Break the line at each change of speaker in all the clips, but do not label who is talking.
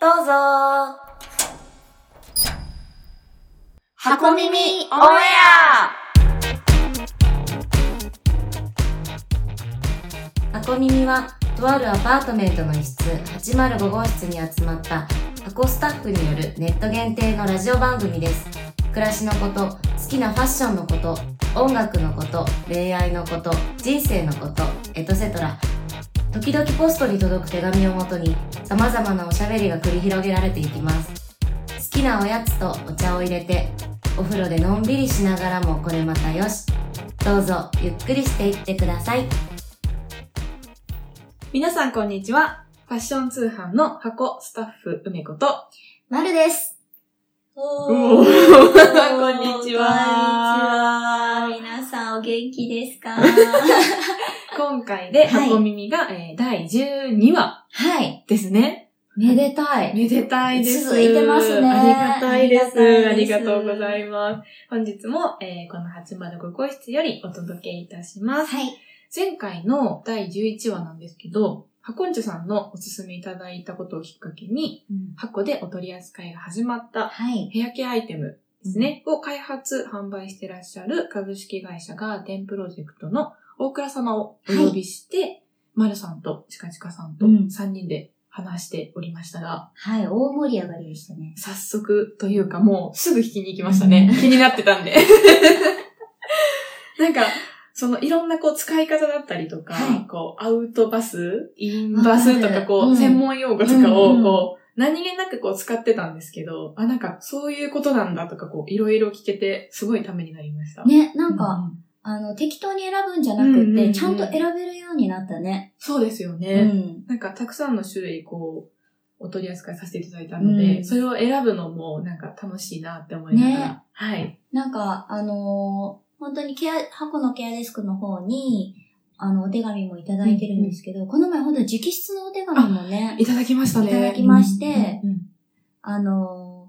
どうぞ
箱耳オンエ
ア箱耳は、とあるアパートメントの一室805号室に集まった箱スタッフによるネット限定のラジオ番組です。暮らしのこと、好きなファッションのこと、音楽のこと、恋愛のこと、人生のこと、エトセトラ。時々ポストに届く手紙をもとに、様々なおしゃべりが繰り広げられていきます。好きなおやつとお茶を入れて、お風呂でのんびりしながらもこれまたよし。どうぞ、ゆっくりしていってください。
皆さんこんにちは。ファッション通販の箱スタッフ梅子と。
まるです。
おー こんにち
こん
は
にちは。皆さんお元気です か
今回で
はい
箱耳が、えー第12話
はい。
ですね。
めでたい。
めでたいです。
続いてますね
ありがたいです。
あ
あ
り
り
がたいです
がとうございます。本日も、えーこの805号室よりお届けいたします。
はい。
前回の第11話なんですけど、箱んちょさんのおすすめいただいたことをきっかけに、箱でお取り扱いが始まった
はい。
ヘアケアアイテムですね、を開発、販売してらっしゃる株式会社ガーデンプロジェクトの大倉様をお呼びして、丸さんとチカチカさんと
うん
3人で話しておりましたが、
はい、大盛り上がりでしたね。
早速というかもうすぐ引きに行きましたね。気になってたんで。 なんか、そのいろんなこう使い方だったりとか、
はい
こうアウトバス、インバスと
わか
か
る
こう、
うん
専門用語とかをこう、
うんうん
何気なくこう使ってたんですけど、あ、なんかそういうことなんだとかこういろいろ聞けてすごいためになりました。
ね、な
うんん
か、あの、適当に選ぶんじゃなくって、
うんうんうん
ちゃんと選べるようになったね。
そうですよね。
うん。
なんかたくさんの種類こう、お取り扱いさせていただいたので、
うん
それを選ぶのもなんか楽しいなって思いながら。
ね
はい。
なんか、あのー本当にケア、箱のケアデスクの方に、あの、お手紙もいただいてるんですけど、この前本当に直筆のお手紙もね、
いただきましたね。
いただきまして
うんうん
あの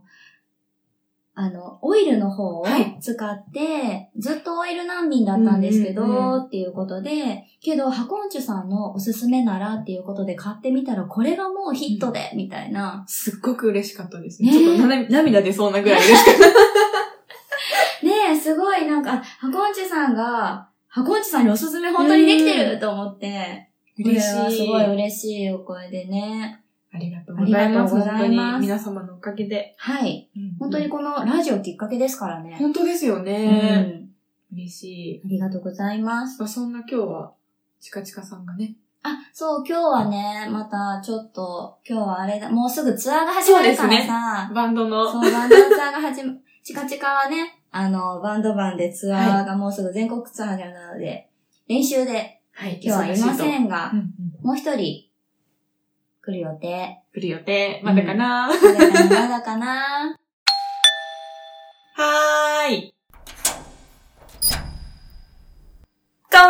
ーあの、オイルの方を
はい
使って、ずっとオイル難民だったんですけど、
うんうんう
っていうことで、けど、ハコンチュさんのおすすめならっていうことで買ってみたら、これがもうヒットで、みたいな、
すっごく嬉しかったですね。
ね
ちょっとなな涙出そうなぐらい嬉しかっ
ねえ、すごい、なんか、あハコンチさんが、ハコンチさんにおすすめ本当にできてると思って。
た。嬉し。
これはいすごい嬉しいお声でね。
ありがとうございます。
ありがとうございます
本当に皆様のおかげで。
はい。本当
う
に
ん。
このラジオきっかけですからね。
本当ですよ
う
ね。
ん。
嬉しい。
ありがとうございます。
まあ、そんな今日は、チカチカさんがね。
あ、そう、今日はね、またちょっと、今日はあれだ、もうすぐツアーが始まるからさ、
バンドの。
そう,、バンドのツアーが始ま、チカチカはね、あの、バンド版でツアーがもうすぐ全国ツアーになるので、練習で
はい
今日はいませ
ん。
んが
うん、うん。
もう一人来る予定。
来る予定。まだかな、
まだかなまだかな
はーい。
こ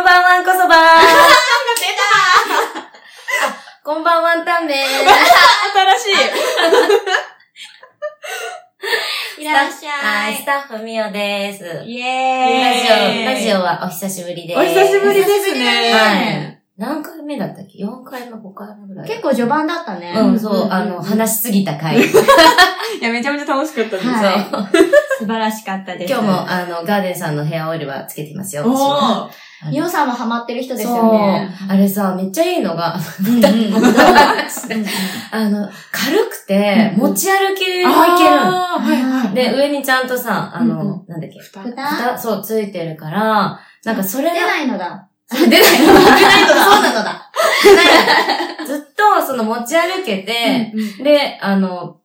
んばんはんこそばー こんばんはんたんめー
新 しい。
いらっし
は
ゃ
い、
い
ス。タッフみよです。ラジ
イ
オ、
エーイ
ラジオはお久しぶりです。
お久しぶりで
で
すね。
はい。何回目だったっけ ?4 回目、5回目ぐらい。
結構序盤だったね。
うん、そうう、
ん
あの、話しすぎた回。
いや、めちゃめちゃ楽しかったです。
はい。 素晴らしかったです。
今日も、あの、ガーデンさんのヘアオイルはつけてますよ。私は
おー。
あの
ミオさんもハマってる人です
そう
よね。
あれさ、めっちゃいいのが、
うんうんうん
あの、軽くて、
うん
持ち歩きもい
あーはい
ける。で、上にちゃんとさ、あ
うん
の、なんだっけ、
蓋
蓋
蓋、そう、ついてるから、なんかそれ
出
が、
ないのだ。
出ない、出ない の
そうなのだ。
ないずっと、その、持ち歩けて、
うんうん
で、あの、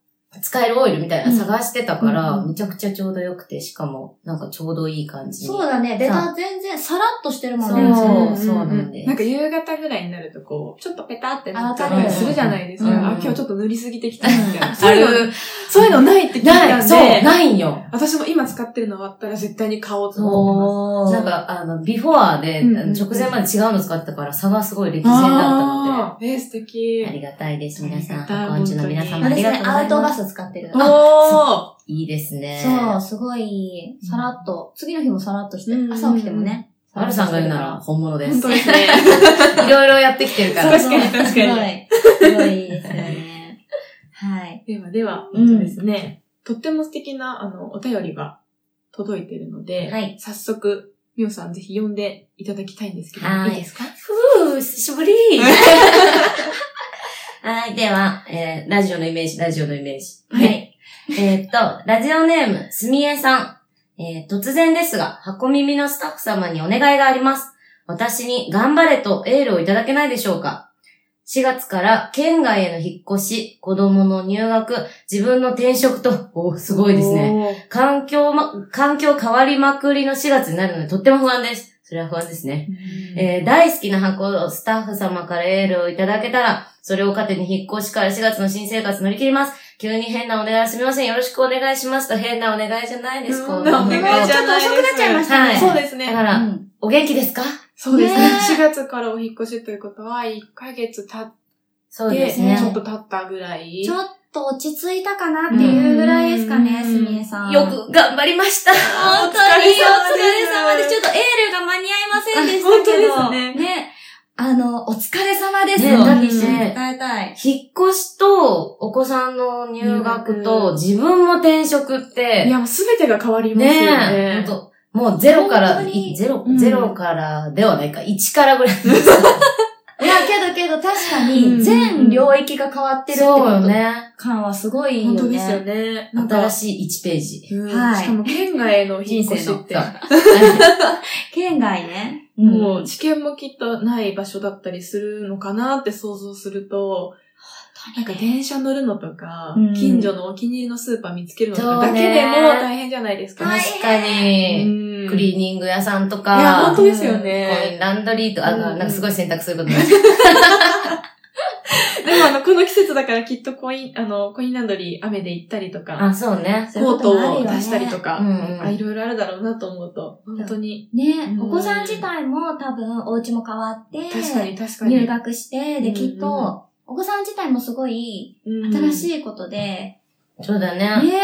使えるオイルみたいなの探してたから、
うん
めちゃくちゃちょうど良くて、しかも、なんかちょうどいい感じに。
そうだね。ベタ全然、さらっとしてるもんね。
そうそうなんです
なんか夕方ぐらいになるとこう、ちょっとペタってなった
あわか
り
る
するじゃないですか。
うん
あ、今日ちょっと塗りすぎてきたみたいな。
あ
そういうの、
る。
そういうのないって聞いた
なんい、
で。
そう、ないんよ。
私も今使ってるの終わったら絶対に買おうと思って
お
なん、か、あの、ビフォアで、
うん
あの直前まで違うの使ったから、差がすごい歴
ます。
然だったので。
あーえー、素敵
あ。りがたいです、
あり
皆
がたい
さん。箱んちの皆様ありが
私
とう
ね
ご、ざ
ア
い
ウト
ま
バ
す。
ス使ってる。
お
いいですね。
そう、すごい、さらっと、次の日もさらっとして
う、ん
朝起きてもね。
マルさんが言うなら本物
ー
で
本
す
当。です ね。
いろいろやってきてるから。
確かに確かに
すごい。すごいですよね。はい。はい。
ではでは、
うん
本当ですね、とっても素敵な、あの、お便りが届いてるので、
はい
早速、みおさんぜひ読んでいただきたいんですけど、
はい
いですか
ふう、久しぶり はい、では、えーラジオのイメージ、ラジオのイメージ。
はい。
えーっと、ラジオネーム、すみえさん。えー突然ですが、箱耳のスタッフ様にお願いがあります。私に頑張れとエールをいただけないでしょうか ?4 月から県外への引っ越し、子供の入学、自分の転職と、おすごいですね。
ね。
環境ま、環境変わりまくりの4月になるので、とっても不安です。それは不安ですね。えー大好きな箱をスタッフ様からエールをいただけたら、それを糧に引っ越しから4月の新生活乗り切ります。急に変なお願いすみません。よろしくお願いしますと変なお願いじゃないです。こんな
お願い
本
じゃ
当
ちょっと遅くなっちゃいました
ね
そうですね。
だから、
うん
お元気ですか
そうですね
ね。
4月からお引っ越しということは、1ヶ月経っ
そうで
て、
すね
ち。ょっと経ったぐらい。
ちょっと落ち着いたかなっていうぐらいですか
う
ね、
ん
すみえさん。
よ。く頑張りました。
本当にお疲れ様です。ちょっとエールが間に合いませんでしたけど。
あ本当です
ね。あの、お疲れ様です。
ね
だっ
ね
て伝えたい。
引っ越しと、お子さんの入学
入
と、
学
自分も転職って、
いや、もう全てが変わりますよ
ねえ、
ね。
ほんともうゼロから、
本当に
いゼロ
う、ん
ゼロからではないか、1からぐらい。
いや、けどけど確か
う
に、
ん
全領域が変わってるってこ
そうよ
と
ね。
感はすごいよ
本
ね。
当ですよね。なんか
新しい1ページ。
うん
はい
しかも県外への引
人
っ越
生
しっ
の。
て、
県外ね。
も
ん
う知見もきっとない場所だったりするのかなって想像すると、なんか電車乗るのとか、
うん
近所のお気に入りのスーパー見つけるのとか
そう
だけ
ね
でも大変じゃないですか。
確かに、
に
クリーニング屋さんと
いや、本
か、
当ですよ
コイン
ね。
ランドリーとか、あ
う
の
ん
なんかすごい選択することになっちゃう
でもあの、この季節だからきっとコイン、あの、コインランドリー雨で行ったりと か、
あ、そうね。
そういう
コ
こ
ート
ともある
を
よね
出したりとか、
うんうん
あいろいろあるだろうなと思うと、本当に。
ね、
うん
お子さん自体も多分お家も変わって、
確かに確かに。
入学して、
う
で、
ん
きっと、お子さん自体もすごい
うん
新しいことで、
そうだね。
ね、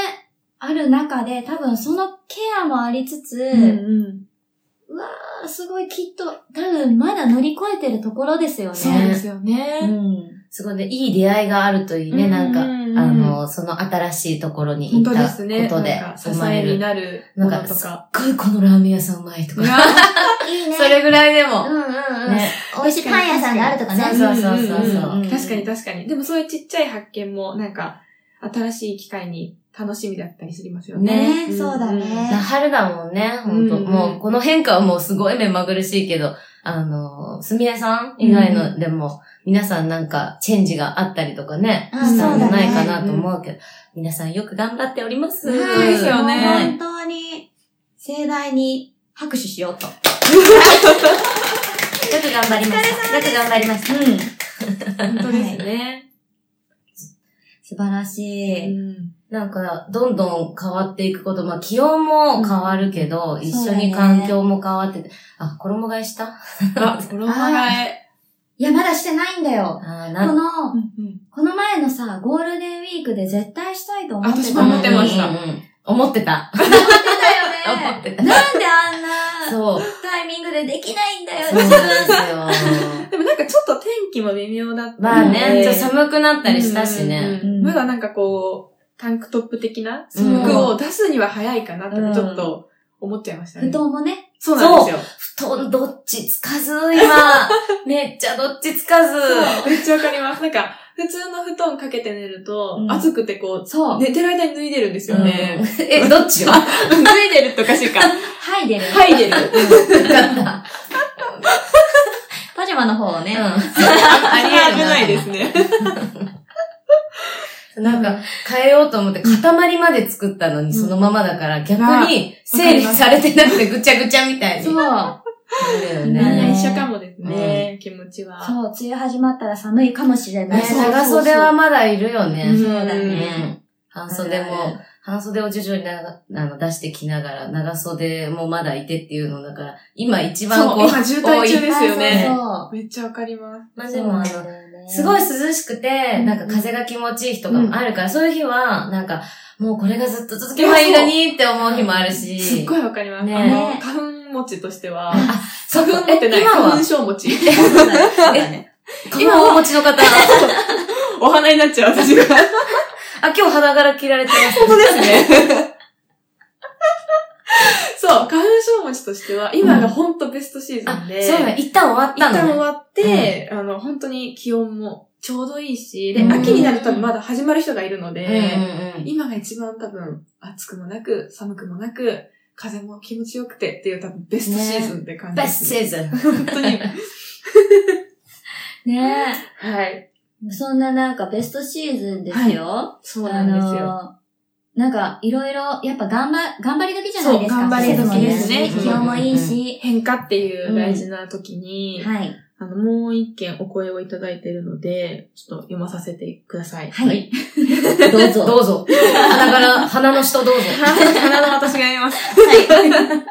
ある中で、多分そのケアもありつつ、
うんうん
あすごいきっと、多分まだ乗り越えてるところですよね。
そうですよね。
うん。
すごいね、いい出会いがあるといいね、なんか。
ううう
あ、の、その新しいところに行っ
本当で
た
すね。
ことで
なんか支
生まれ
えに
る。
なる
な
も
ん
の
か、
と
すっ
か。
ごいこのラーメン屋さんうまいと
いや
か。
いいね。
それぐらいで
うん
も。
うんうん。
ね。
美味しいパン屋さんがあるとかね。
そうそうそう
うん
そうう。
んうん
確かに確かに。でもそういうちっちゃい発見も、なんか、新しい機会に楽しみだったりしますよね。
ねそうだね
だから春だもんね、本当、
うんうん
もう、この変化はもうすごい目まぐるしいけど、あの、すみれさん以外の、でも、皆さんなんか、チェンジがあったりとかね、
あ
したんじゃ
そうだ
ない
ね
かなと思うけど、皆さんよく頑張っております。
はいそうですよね
もう本当に、盛大に拍手しようと。
よく頑張りました。よく頑張りました。
うん。
本当ですね。
素晴らしい。
うん
なんか、どんどん変わっていくこと、まあ、気温も変わるけど、一緒に
そうだね
環境も変わってて、あ、衣替えしたあ
あ、衣替え。
いや、まだしてないんだよ。
ー
こ
な、
の
う、んうん
この前のさ、ゴールデンウィークで絶対したいと思ってた
私も思ってました
うんうんうん思ってた。
た よ
思
ね
ってた。
なんであんな
そう。
タイミングでできないんだよ、
そう
自
なん
分。
ですよ。
でもなんかちょっと天気も微妙だったので
まあ
う
ね、
ん
ちょっと寒くなったりしたしね。
うんうんうん
うん
まだなんかこう、タンクトップ的な
そう
服を出すには早いかなとかちょっと思っちゃいましたね。
布団もね、
そうなんですよ。
布団どっちつかず、 今。めっちゃどっちつかず。
めっちゃわかります。なんか、普通の布団かけて寝ると
う、ん
暑くてこ、
そうう、
寝てる間に脱いでるんですよね。
え、どっちを よ
脱いでるっておかしいか。
剥いでる。
はいでる。
かった。
パジャマの方を
う
ね。
あれ
ん。
危ないですね。
なんか、変えようと思って、塊まで作ったのに、そのままだから、逆に、整理されてなくて、ぐちゃぐちゃみたいに。
そう。
だよ
みんな
ね。
一緒かもですね、気持ちは。
そう、梅雨始まったら寒いかもしれない。
ね
そうそうそう
長袖はまだいるよね。
そうだ
う
ね。
ん半袖も、半袖を徐々にながあの出してきながら、長袖もまだいてっていうのだから、今一番
そ
こう、
う、今渋滞中ですよ
多
ね。
そ
めっちゃわかります。
まあ
う。
でもあ
そう
の、
なんだよね
すごい涼しくて、
うん
なんか風が気持ちいい日とかもあるから、そういう日は、なんか、もうこれがずっと続けばいいのにって思う日もあるし。
すっごいわかります。
ね
あの、花粉持ちとしては、
そう
花粉持ってない、
今
花
は
粉、症持ち。
そうだね。
今はお持ちの方。
お花になっちゃう、私が。
あ、今日肌柄着られてます。
本当ですね。 そう、花粉症持ちとしては、今が本当ベストシーズ
あ
ン、で、
そうだ、一旦終わっ
一
たの、ね。
旦終わって、あの、本当に気温もちょうどいいし、で、
うん
秋になると多分まだ始まる人がいるの
うん
で、
うんうん。
今が一番多分暑くもなく、寒くもなく、風も気持ちよくてっていう多分ベストシーズンって感じ
ベ
で
スト
す、
シ
ね。
ーズン。
本当に。
ね
はい。
え。そんななんかベストシーズンですよ。
そうなんですよ。
あのーなんか、いろいろ、やっぱ頑張、頑張り時じゃないですか。
そう頑張
り時ですね
季節もいいし気温もいいし。
変化っていう大事な時に、
はい。
あの、もう一件お声をいただいているので、ちょっと読まさせてください。
はい。どうぞ。
どうぞ。鼻から、鼻の下どう ぞ。
花の私がやります。
は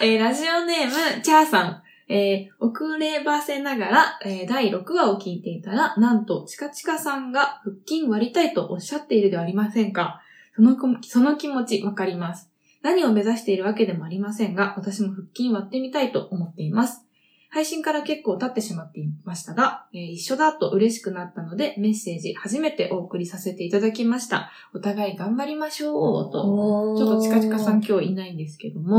えーラジオネーム、チャーさん。えー遅ればせながら、えー第6話を聞いていたら、なんと、チカチカさんが腹筋割りたいとおっしゃっているではありませんか。そのこ、その気持ちわかります。何を目指しているわけでもありませんが、私も腹筋割ってみたいと思っています。配信から結構経ってしまっていましたが、えー一緒だと嬉しくなったので、メッセージ初めてお送りさせていただきました。お互い頑張りましょう、と。
おー
ちょっとチカチカさん今日いないんですけど
う
も、
ん。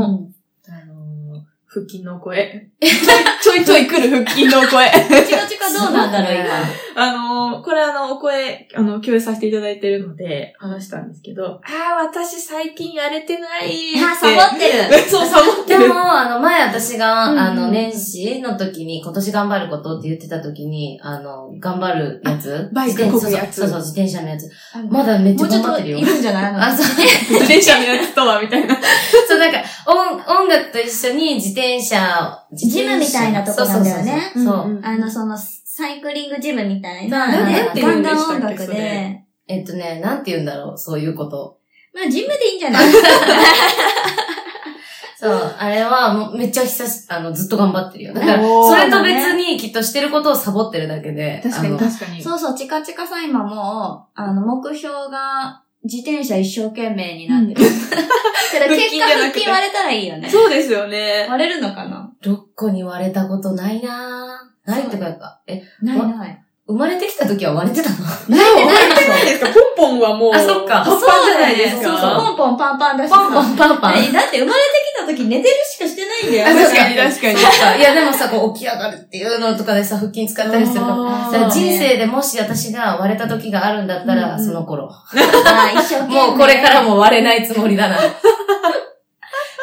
あのー、腹筋の声。 ちょいちょい来る腹筋の声。
チカチカどうなんだろう、今。
あのー、これあの、お声、あの、共有させていただいてるので、話したんですけど、ああ、私最近やれてない
あー、サボってる。
る。そう、サボって
で
る。
も、あの、前私が、
うん
あの、年始の時に、今年頑張ることって言ってた時に、あの、頑張るやつ
バイク漕ぐやつ
自転そうそうそうそう、自転車のやつ。まだめっち
も
ゃ
うちょ
頑張
っ
っ
と
てるよ
い。るんじゃない の
あ、そう、
自転車のやつとは、みたいな。
そう、なんか、音、音楽と一緒に自転車を、
ジムみたいなとこなんだよね
そうそうそうそう。
うんうん
あの、その、サイクリングジムみたい
な
な、
なんて
言
ガ
う
ン
んで
ガ
し
ン
たっ
音
け
楽
それ
で、
えっとね、なんて言うんだろう、そういうこと。
まあ、ジムでいいんじゃない
そう、あれは、もうめっちゃ久し、あの、ずっと頑張ってるよ。だから、
おー
それと別に、きっとしてることをサボってるだけで。
確かに、
あの
確かに。
そうそう、チカチカさん今もう、あの、目標が、自転車一生懸命になってる。ただ
腹
結
筋じ
果
ゃな
腹
くて
筋割れたらいいよね。
そうですよね。
割れるのかな
6個に割れたことないなぁ。ないってかか、え、
ないない。
生まれてきた時は割れ てたの
ないでないでないですかポンポンはもう。
あそっか
パンパンじゃないで
そう
すか。
だよ
そう
ね
そう、ポンポンパンパンだしさ。
パンパンパンパン。
えだって生まれてきた時寝てるしかしてないんだ
あ
よ。
確かに、確かに。
いや、でもさ、こう、起き上がるっていうのとかでさ、腹筋使ったりするから。
あー
だから人生でもし私が割れた時があるんだったら、
うんうん
その頃。
あー一生懸命。
もうこれからも割れないつもりだ な。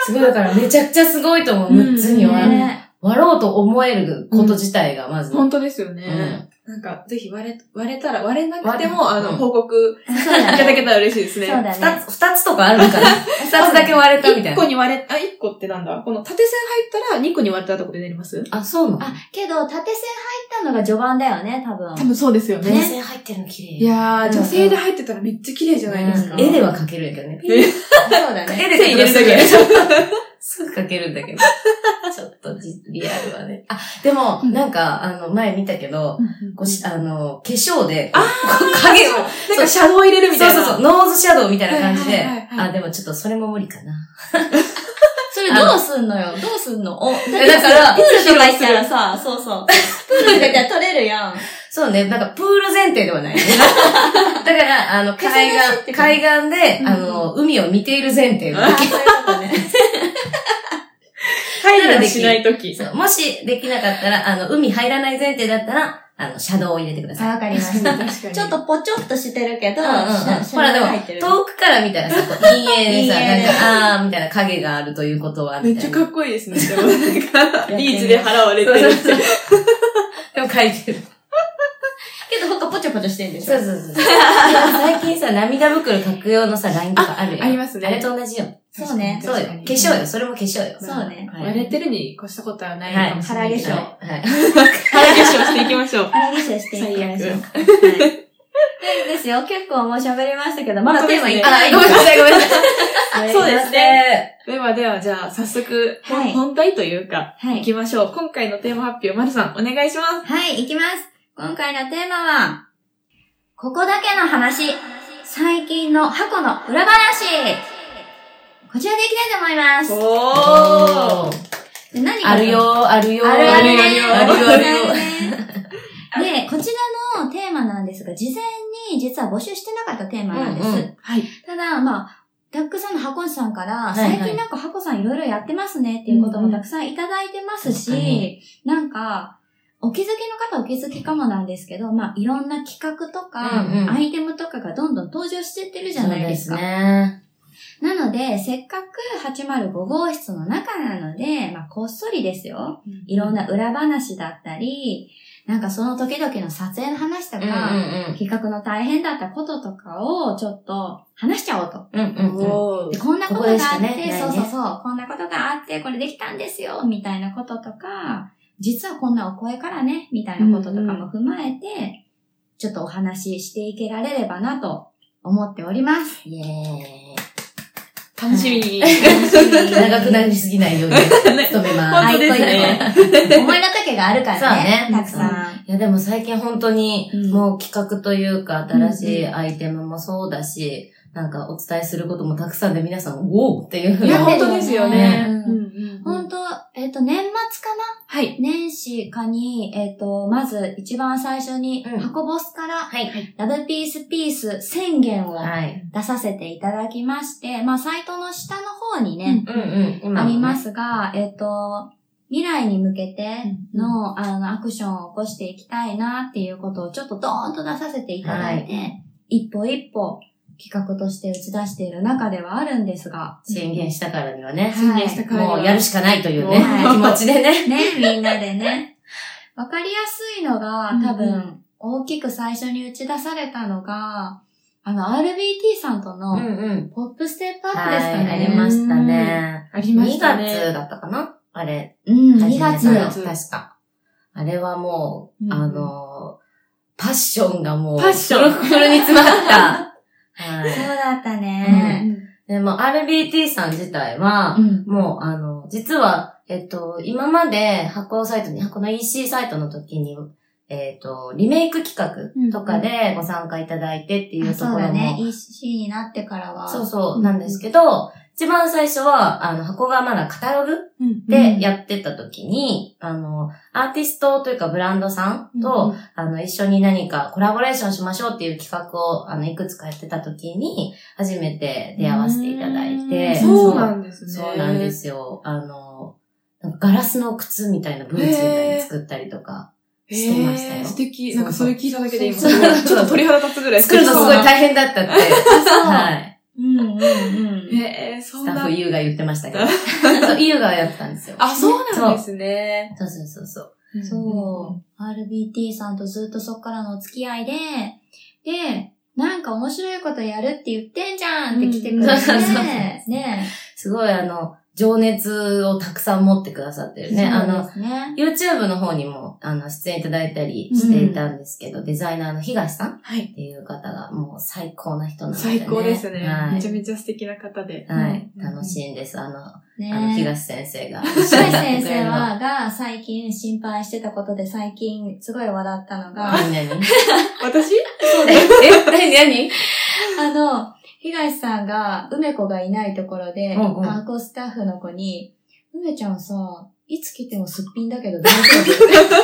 すごい、だからめちゃくちゃすごいと思う、
うん
6つには。
ね
割ろうと思えること自体が、まず。
本当ですよね。
うん
なんか、ぜひ割れ、割れたら、割れなくても、
割
あ
れ
の、
うん
報告い
そうだ
ただけ
ね。
たら嬉しいですね。
そうだ
二
ね。
つ、二つとかある から。二つだけ割れたみた
1
い
個
な。
に割れ、あ、1個ってなんだこの縦線入ったら2個に割れたところでなります
あ、そうなの
あ、けど、縦線入ったのが序盤だよね、多
多
分。
分そうですよ
全
ね。
然入ってるの綺麗。
いや
う
ー、
ん
女性で入ってたらめっちゃ綺麗じゃないですか。
うん絵では描けるんやけどね。
そうだね。
絵で
線入れるだけ。
すぐ描けるんだ けど。ちょっとじリアルはね。あ、でも、なんか、あの、前見たけど、こうし、あの、化粧で、こう影を、
なんかシャドウ入れるみ
そ
た
う
いな。
そうそう、ノーズシャドウみたいな感じ
は
で
いはいはい、はい
あ、でもちょっとそれも無理かな。
それどうすんのよどうすんのお、だって
えだから
プールとか行ったらさ、そうそう。プールとか行ったら取れるやん。
そうね、なんかプール前提ではない。 だから、あの、海岸、海岸で、あの、海を見ている前提の
あーそういうことね。
入るのしないとき。
そうもしできなかったら、あの、海入らない前提だったら、あの、シャドウを入れてください。
あわかりました。 ち
ち
ょっ、とぽちょっとしてるけど、
うんうんうん
シャ
ほらでも
入ってる
遠くから見たらさ、 こう陰影でさ、
陰
なんか、
影で
あーみたいな影があるということは、
め
み
ったちゃ
い
か
な。
っこいいですね。でもなんか、ビーチで払われてるって。
そうでも書いてる。
けど、他ぽちょぽちょしてるんでし
そ
ょ
うそうそう。 最近さ、涙袋描く用のさ、ラインとかあるよ。
ありますね
あれと同じよ。
そうね
そうよ。化粧よ。それも化粧よ。
そうね
はい
割れてるに越したことはない
はい
かもしれないけど。
唐
はい。
腹化粧していきましょう。
あれですよ、していきましょう。はいですよ、結構もう喋りましたけど、まだテーマいっぱい
あ、ごめんなさい、ごめんな さい。
あ
そうですね。
え
ではでは、じゃあ、早速、
はい
本題というか、
は
行
い。
きましょう。今回のテーマ発表、まるさん、お願いします。
はい、いきます。今回のテーマは、ここだけの話、最近の箱の裏話こちらでいきたいと思います。
ー
で何が
あるよー、あるよー。
あるあるね
あるよーあるよー。
ね。で、こちらのテーマなんですが、事前に実は募集してなかったテーマなんです。
うんうん
はい。
ただ、まあ、ダックさんのハコさんから、
はいはい
最近なんかハコさんいろいろやってますねっていうこともたくさんいただいてますし、
うんうん
なんか、お気づきの方お気づきかもなんですけど、まあ、いろんな企画とか、
うんうん
アイテムとかがどんどん登場してってるじゃないですか。
そうね。
なので、せっかく805号室の中なので、まあ、こっそりですよ。いろんな裏話だったり、なんかその時々の撮影の話と
う
か、
ん
企画の大変だったこととかをちょっと話しちゃおうと。
うんうん。うんうんうん。
おー
でこんなことがあ
ここで
って
しかねないね
そうそうそう、こんなことがあって、これできたんですよ、みたいなこととか、実はこんなお声からね、みたいなこととかも踏まえて、ちょっとお話ししていけられればなと思っております。
イエ
楽しみ
ー
に。
イ。長くなりすぎないように努めます。
本当ですね
はい、という思いの丈があるからね、
そうね
たくさん。
いやでも最近本当に
うん
もう企画というか新しいアイテムもそうだし、なんかお伝えすることもたくさんで皆さん、おおっていうふう
い
に
や、
なって
本当
る
ですよね。
う
うんんうんう
本
ん
当えっ、と、年末かな
はい。
年始かに、えっ、と、まず一番最初に、
うん
箱ボスから、
はい。
ラブピースピース宣言を
はい。
出させていただきまして、まあ、サイトの下の方にね、
うんうん。今。
ありますすが、えっ、と、未来に向けての、あの、アクションを起こしていきたいなっていうことをちょっとドーンと出させていただいて、一歩一歩企画として打ち出している中ではあるんですが、
宣言したからにはね、
宣言したからには
もうやるしかないというね、
はい
気持ちでね。
ね、みんなで ね。わかりやすいのが、多
うんう
分、大きく最初に打ち出されたのが、あの、RBT さんと
うん
の、
うん。
ポップステップアップ
は
ですか
い、あり
ね。
ましたね。
ありま
2
したね。
月だったかなあれ。
うん、
始め
2
たの
月。
月
確か。あれはも
うん
う、あの、パッションがもう、
パッション
フルフルに詰まった。はい
そうだったね。
でも RBT さん自体は、
うん。
もうあの、実は、えっと、今まで発行サイトに、この EC サイトの時に、えっと、リメイク企画とかでご参加いただいてっていう
あ
と
そう
ころ
だ
も、
ね。EC になってからは。
そうそうなんですけど、一番最初は、あの、箱がまだカタログ
うん
でやってた時に、あの、アーティストというかブランドさんと、、あの、一緒に何かコラボレーションしましょうっていう企画を、あの、いくつかやってた時に、初めて出会わせていただいて。
うん
そうなんですね。。
そうなんですすよ。あの、なんかガラスの靴みたいなブーツみたいに作ったりとか。してましたよ
素敵。
そ
な
うん
かそれ聞いただけで今、
そうそう
ちょっと鳥肌立つぐらい
作るのすごい
大
大変だったって。はい。
うんうんうん。
変。えー、そ
ス
ん
タ
な
ッフ。優が言ってましたけど。そう、優がやってたんですよ。
あ、そうなんですね。
そうそうそうそう。
そう。RBT さんとずっとそっからのお付き合いで、で、なんか面白いことやるって言ってんじゃんって来てくれて、
うんそうそうそう
ね。
すごいあの、情熱をたくさん持ってくださってるね。あ
そう
の、
ですね。
YouTube の方にも、あの、出演いただいたりしていたんですけど、デザイナーの東さんっ
はい。
ていう方がもう最高な人なので、ね。
最高ですね。
は
め
い
ち。ゃめちゃ素敵な方で。
はい。楽
い。
しいんです。あの、あ
ね
の、東先生が。
西先生は、が最近心配してたことで最近すごい笑ったのが、あ
みんなに。
私
え、 何何
の、東さんが梅子がいないところで、
うんうん
観光スタッフの子に、梅ちゃんさ、いつ来てもすっぴんだけど大丈夫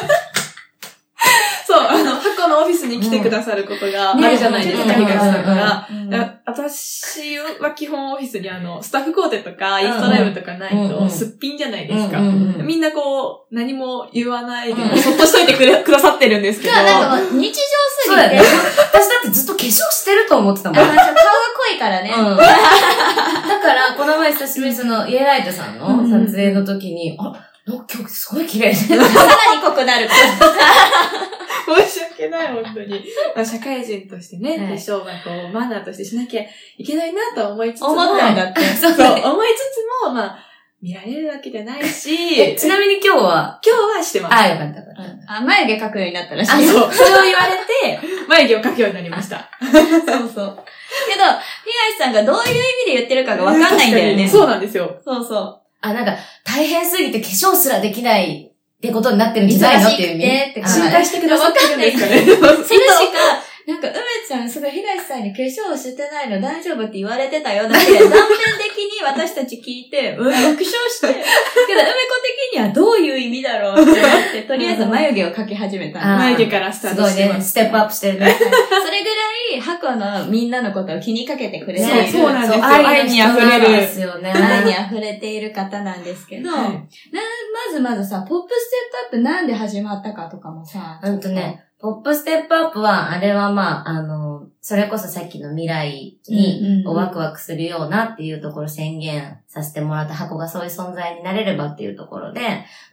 そう、あの、箱のオフィスに来てくださることがあるじゃないですか、
ね
東さんから。
うん
だから私は基本オフィスにあの、スタッフコーデとか、インストライブとかな
う
い
んうん
と、すっぴんじゃないです
うん
か。
うんうん
みんなこう、何も言わないで、
うん
そっとしといてくれくださってるんですけ
今
ど。
日なんかもう日常す
そう
ぎ
だ
て、
ね。私だってずっと化粧してると思ってた
あ
もん。
の
うん。
ちょっと顔が濃いからね。
だから、この前久しぶりにその、イエライトさんの撮影の時に、あ、なんか今日すごい綺麗ね。
さらに濃くなるから。
申し訳ない、本当に。まあ、社会人としてね、
はい
化粧はこう、マナーとしてしなきゃいけないなとは思いつつも。
思ったんだって。そう
そう、思いつつも、まあ、見られるわけじゃないし、
え
今
ちなみに今日は、
日はしてます。
あ、よかったよかっ
あ、眉毛描くようになったらしい。
あ
そう
そう、それを言われて、眉毛を描くようになりました。
そうけど、東さんがどういう意味で言ってるかがわかんないんだよね。
そうなんですよ。
そうそう。
た。あ、なんか、大変すぎて化粧すらできないってことになってるん
忙
じゃないのっ
して
いう
く
意
てっ
味。
て感じ
心
心
配
配してくださってるんですかね。
セルシか、なんか、梅ちゃん、すごい、東さんに化粧してないの大丈夫って言われてたよ。だって、断片的に私たち聞いて、うん、爆笑して。けど、梅子的にはどういう意味だろうって思って、とりあえず眉毛を描き始めたの。
あー
眉毛からスター
す
ト
ごい
して
ね、
ます。
ステップアップしてるね。
それぐらい、箱のみんなのことを気にかけてくれてい
ね
る。
そうなんですよ
愛に溢れる。
愛に溢れる
ですよね。
愛に溢れている方なんです けど、
はい
なまずまずさ、ポップステップアップなんで始まったかとかもさ、
うんとね、ポップステップアップは、あれはまあ、あの、それこそさっきの未来に、
に
こうワクワクするようなっていうところ宣言させてもらった箱がそういう存在になれればっていうところで、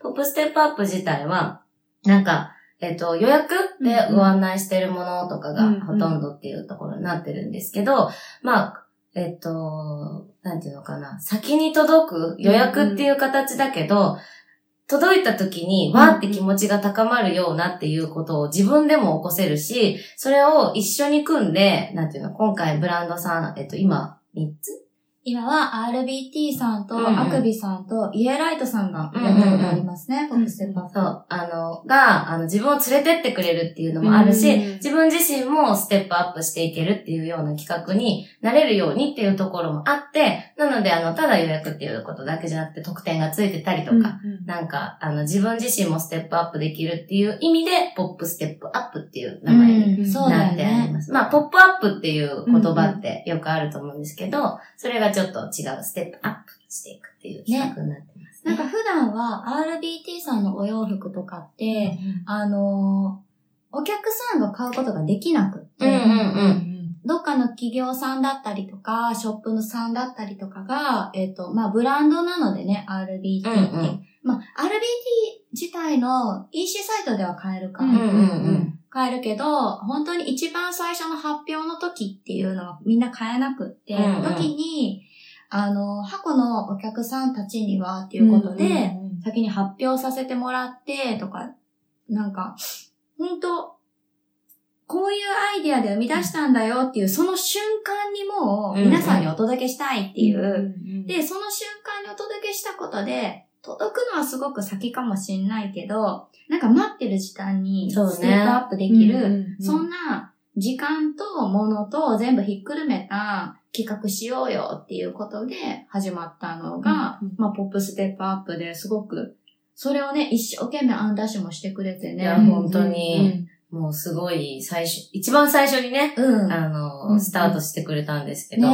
ポップステップアップ自体は、なんか、えっと、予約でご案内してるものとかが
うんうん
ほとんどっていうところになってるんですけど、まあ、えっと、なんていうのかな、先に届く予約っていう形だけど、届いた時に、わーって気持ちが高まるようなっていうことを自分でも起こせるし、それを一緒に組んで、なんていうの、今回ブランドさん、えっと、今、3つ
今は RBT さんと、
うんうん
アクビさんと、イエライトさんがやったことありますね、ポップステップアップ。
そう、あの、が、あの、自分を連れてってくれるっていうのもあるし
うん、
自分自身もステップアップしていけるっていうような企画になれるようにっていうところもあって、なので、あの、ただ予約っていうことだけじゃなくて、特典がついてたりとか、なんか、あの、自分自身もステップアップできるっていう意味で、ポップステップアップっていう名前に
うんそうだ
な
よ
ってあり
ね。
ます。まあ、ポップアップっていう言葉ってよくあると思うんですけど、それがちょっと違うステップアップしていくっていう企画になってます、
な
ね。
んか普段は RBT さんのお洋服とかって、あのーお客さんが買うことができなくって、
うんうん。
どっかの企業さんだったりとか、ショップのさんだったりとかが、えっ、と、まあ、ブランドなのでね、RBT って。
うんうん
まあ、RBT 自体の EC サイトでは買えるから、
うん
うん
買えるけど、本当に一番最初の発表の時っていうのはみんな買えなくって、
うんうん
時に、あの、箱のお客さんたちにはっていうことで、先に発表させてもらって、とか、なんか、ほんと、こういうアイディアで生み出したんだよっていう、その瞬間にも
うん
う
うん
皆さんにお届けしたいっていう。
で、
で、その瞬間にお届けしたことで、届くのはすごく先かもしんないけど、なんか待ってる時間に
そうね
ステップアップできる、そ
なん
な時間と物と全部ひっくるめた企画しようよっていうことで始まったのが、
うんうん
まあ、ポップステップアップですごく、それをね、一生懸命アンダッシュもしてくれて
いや
ね。
本当に、もうすごい最初、一番最初にね、
うん。ね。
あの、スタートしてくれたんですけど、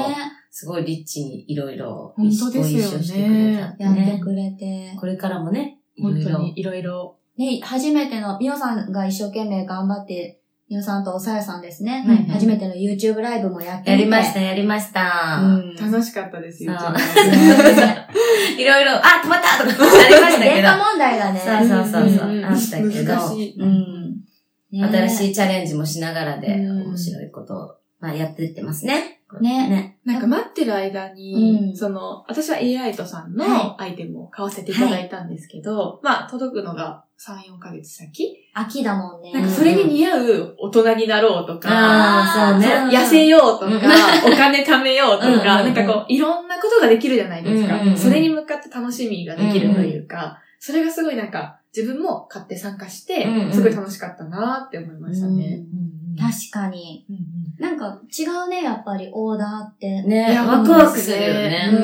すごいリッチにいろいろご一
本当ですよね
緒してくれたんで
やって
ね。
くれて。
これからもね、いろ
本
い
当
ろ。
にいろいろ。
ね、初めての、みおさんが一生懸命頑張って、みおさんとおさやさんですね。
はいはい
初めての YouTube ライブもやって
や
みて
りました、やりました。
うん。
楽しかったですよ。
そう
うちの
いろいろ、あ、止まったとか、ありましたけ
電
ど
波。問題がね。
そうそうそうそう、
うん
あったけど、
難しい
うん
ね
新しいチャレンジもしながらで、
うん
面白いことを、まあ、やってってますね。
ね
ね。
なんか待ってる間に、
うん
その、私は AI とさん
は
のアイテムを買わせていただいたんですけど、まあ、届くのが3、4ヶ月先。
秋だもんね。
なんかそれに似合う大人になろうとか、
ああ、そう
そう
ね。
痩せようとか、
うん
お金貯めようとか、
うんうんうん
なんかこう、いろんなことができるじゃないですか。
うんうんうん
それに向かって楽しみができるというか、それがすごいなんか、自分も買って参加して、
うんうん
すごい楽しかったなって思いましたね。
確かに。
うんうん
なんか違うね、やっぱりオーダーって。
い
ね、
や
ワクワクするよね
う。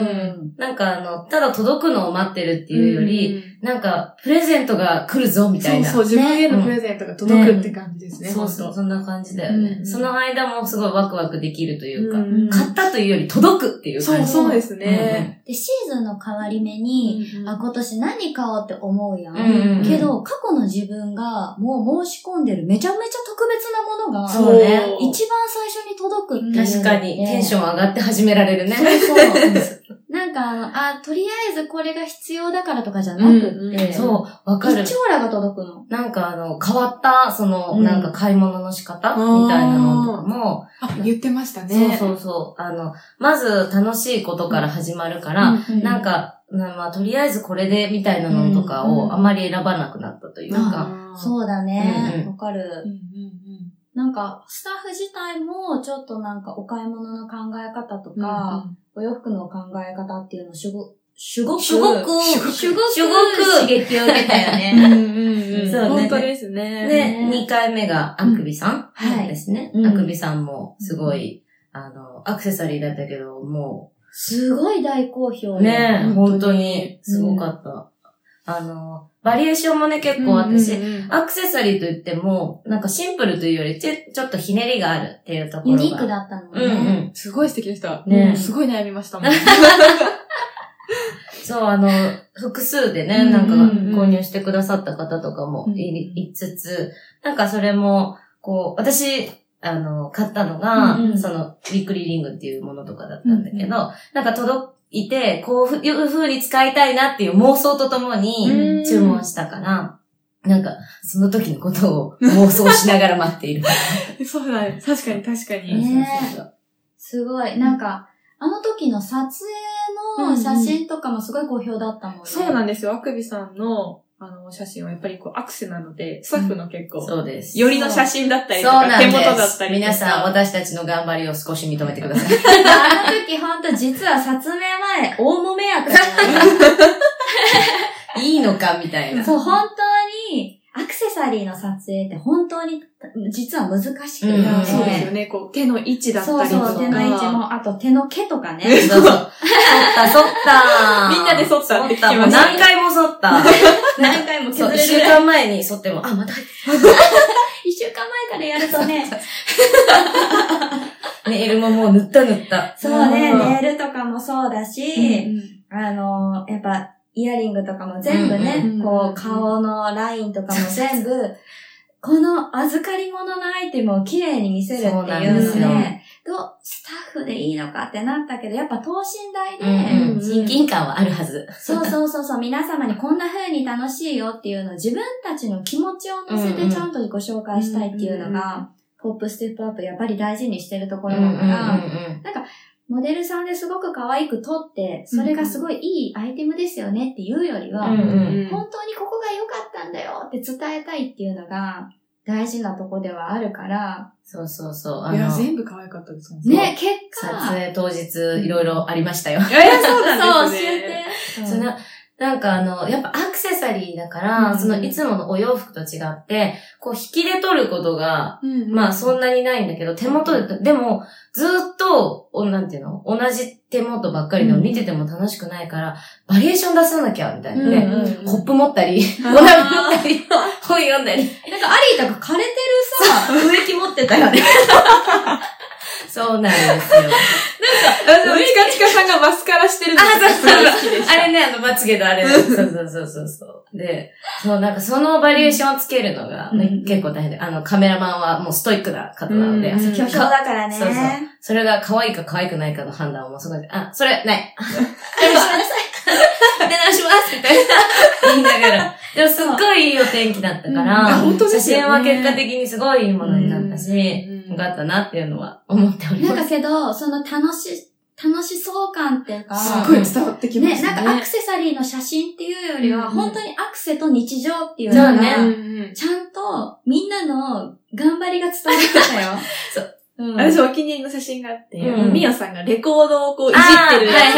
ん
なんかあの、ただ届くのを待ってるっていうより、、
ん
なんか、プレゼントが来るぞ、みたいな。
そうそう、自分へのプレゼントが届くって感じですね。
そうそうそんな感じだよね、
うん
その間もすごいワクワクできるというか、
うん
買ったというより届くっていう
そ
感
う
じ。
そうですね。
で、シーズンの変わり目に、あ、今年何買おうって思うやん。
うん
けど、過去の自分がもう申し込んでるめちゃめちゃ特別なものが、
そうね
一番最初に届くっていうのって
確かに、テンション上がって始められるね。
そうそう。 なんかあの、あ、とりあえずこれが必要だからとかじゃなくって、
うんうん
そう、わかる
一。丁羅が届くの。
なんかあの、変わった、その、
うん
なんか買い物の仕方みたいなのとかも、
あ、言ってましたね。
そうそうそう、あの、まず楽しいことから始まるから、なんか、なまあ、とりあえずこれで、みたいなのとか
うん
をあまり選ばなくなったというか、
あー
そうだね。
う、
わ
んうん
かる。
うんうん
なんか、スタッフ自体も、ちょっとなんか、お買い物の考え方と
うん。
か、お洋服の考え方っていうのをすごすごく、
すごく
すごく
すごく
刺激を受けたよ
うんう
ね。
んうん。
そうね
本当です
で、
ね。
ね
2回目があくびさん
うんはい
ですね。
うん
あくびさんもすごい、あの、アクセサリーだったけど、も
すごい大好評
う、ね、
本
本
当
当
に
にすごかった。あの、バリエーションもね、結構私、
うんうんうん
アクセサリーといっても、なんかシンプルというより、ちょちょっとひねりがあるっていうところ
ユ
が。
ニークだったの
うんう
ね。
ん。
すごい素敵でした。
ね
うんすごい悩みましたもん。
そう、あの、複数でね、
うん
なんか
うんうん
購入してくださった方とかも
うん
いいつつ、なんかそれも、こう、私、あの、買ったのが、
うんうん
その、ウィークリーリングっていうものとかだったんだけど、
うんうん
なんか届いて、こういう風に使いたいなっていう妄想ととも
う
に
ん
注文したから、なんか、その時のことを妄想しながら待っている。
そうだね。確かに確かに。
ね
そうそう そう
すごい。なんか、あの時の撮影の写真とかもすごい好評だったもんね。
そうなんですよ。あくびさんの、あの、写真はやっぱりこう、アクセなので、スタッフの結構、
そうです。
よりの写真だったりと
そう
か、
なん
手
です。
元だったりとか。
皆さん、私たちの頑張りを少し認めてください。
あの時ほんと実は撮影前、大揉めやったのよ
いいのかみ たいな。
そう、本当に、アクセサリーの撮影って本当に、実は難しくて。
うん
いやーそうですよ
ね。
ね。こう、手の位置だった
そう
りとか。
そう、手の位置も、あと手の毛とかね。
そうそう。そった、そった。
みんなで剃ったって聞きました
もう何回もそった。
何回も
そ
削
う、一
れ
週
るぐらい。
間前にそっても、あ、また入っ
一週間前からやるとね、
た。ネイルももう塗った塗った。
そうね、
うん
ネイルとかもそうだし、あの、やっぱ、イヤリングとかも全部ね、
うんうんうん
こう、顔のラインとかも全部、この預かり物のアイテムを綺麗に見せるっていう
そうなん
ですよ
ので、どう、スタッフでいいのかってなったけど、やっぱ等身大で、
うんうん
うん
親近感はあるはず。
そうそうそうそう、皆様にこんな風に楽しいよっていうのを自分たちの気持ちを乗せ
うんう
て
ん
ちゃんとご紹介したいっていうのが、ポップステップアップやっぱり大事にしてるところだから、モデルさんですごく可愛く撮って、それがすごいいいアイテムですよねっていうよりは、
うんうん
うん
本当にここが良かったんだよって伝えたいっていうのが大事なとこではあるから、
そうそうそう。あ
いや、
の、
全部可愛かったですもん
ね、結
撮
果、
影当日、いろいろありましたよ。
いやいや、そうなん
そ
で
う
す
教
ね。
えて。
そのなんかあの、やっぱアクセサリーだから、
うん
そのいつものお洋服と違って、こう引きで撮ることが
うん
まあそ
うん
なにないんだけど、手元で、でも、ずーっと、おなんていうの、同じ手元ばっかりの
うん
見てても楽しくないから、バリエーション出さなきゃ、みたいなね。
うん
コップ持ったり、お
あー
鍋持ったり、本読んだり、
なんかアリーとか枯れてるさ、
植木持ってたよね。そうなんですよ。
あの、チカチカさんがマスカラしてるの
あそうそう
すごい好きでした。
あれね、あの、まつげのあれ。そうそうそうそうそう。で、そう、なんかそのバリエーションをつけるのが、ね
うん
結構大変で、あの、カメラマンはもうストイックな方なので、
うんうん
巨匠だからね。
そう そうそれが可愛いか可愛くないかの判断をもうそこで、あ、それ、ない。出直します。 出直しますみたいな。言いながら。で もすっごいいいお天気だったか
うんあ
ら、
本当で
写
すよね
真は結果的にすごいいいものになったし、
うん
よかったなっていうのは思っており
なん
ま
か
す。
けど、その楽し、楽しそう感っていうか、
すごい伝わってきま
ね、
した
な
ね。
んかアクセサリーの写真っていうよりは、
うん
本当にアクセと日常っていうのが、
そうね
うん
ちゃんとみんなの頑張りが伝わってたよ。
そう。
うん、
私お気に入りの写真があって、
うん
みやさんがレコードをこういじ
あ
っ
ー
てる。
はいは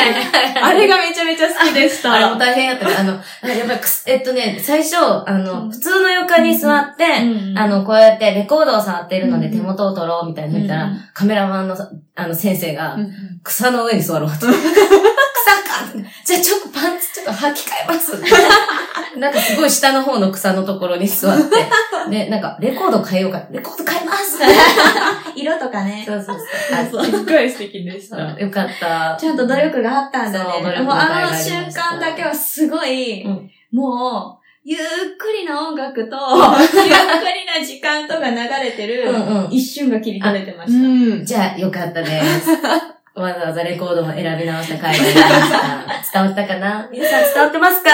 いはい
あれがめちゃめちゃ好きでし
あれも
た。
大変やったけど、あの、やっぱりくす、えっとね、最初、あ
う
の、
ん
普通の床に座って、
うん
あ、の、こうやってレコードを触ってるので
うん
手元を取ろうみたいな言ったら、
うん
カメラマンのさ、あの、先生が、
うん
草の上に座ろうと。草かじゃあちょっとパンツちょっと履き替えます。 なんかすごい下の方の草のところに座って。で、なんかレコード変えようか。レコード変えます
色とかね。
そうそうそう。
すっごい素敵でし
そ
た
う。よかった。
ちゃんと努力があったんだ
そう努
ね。
力
もう
があり
あ
ま
の
した
瞬間だけはすごい、
うん
もう、ゆっくりな音楽と、ゆっくりな時間とか流れてる、
うんうん
一瞬が切り取れてま
う
した。
ん。
じゃあよかったです。わざわざレコードも選び直した回になりました。伝わったかな皆さん伝わってますか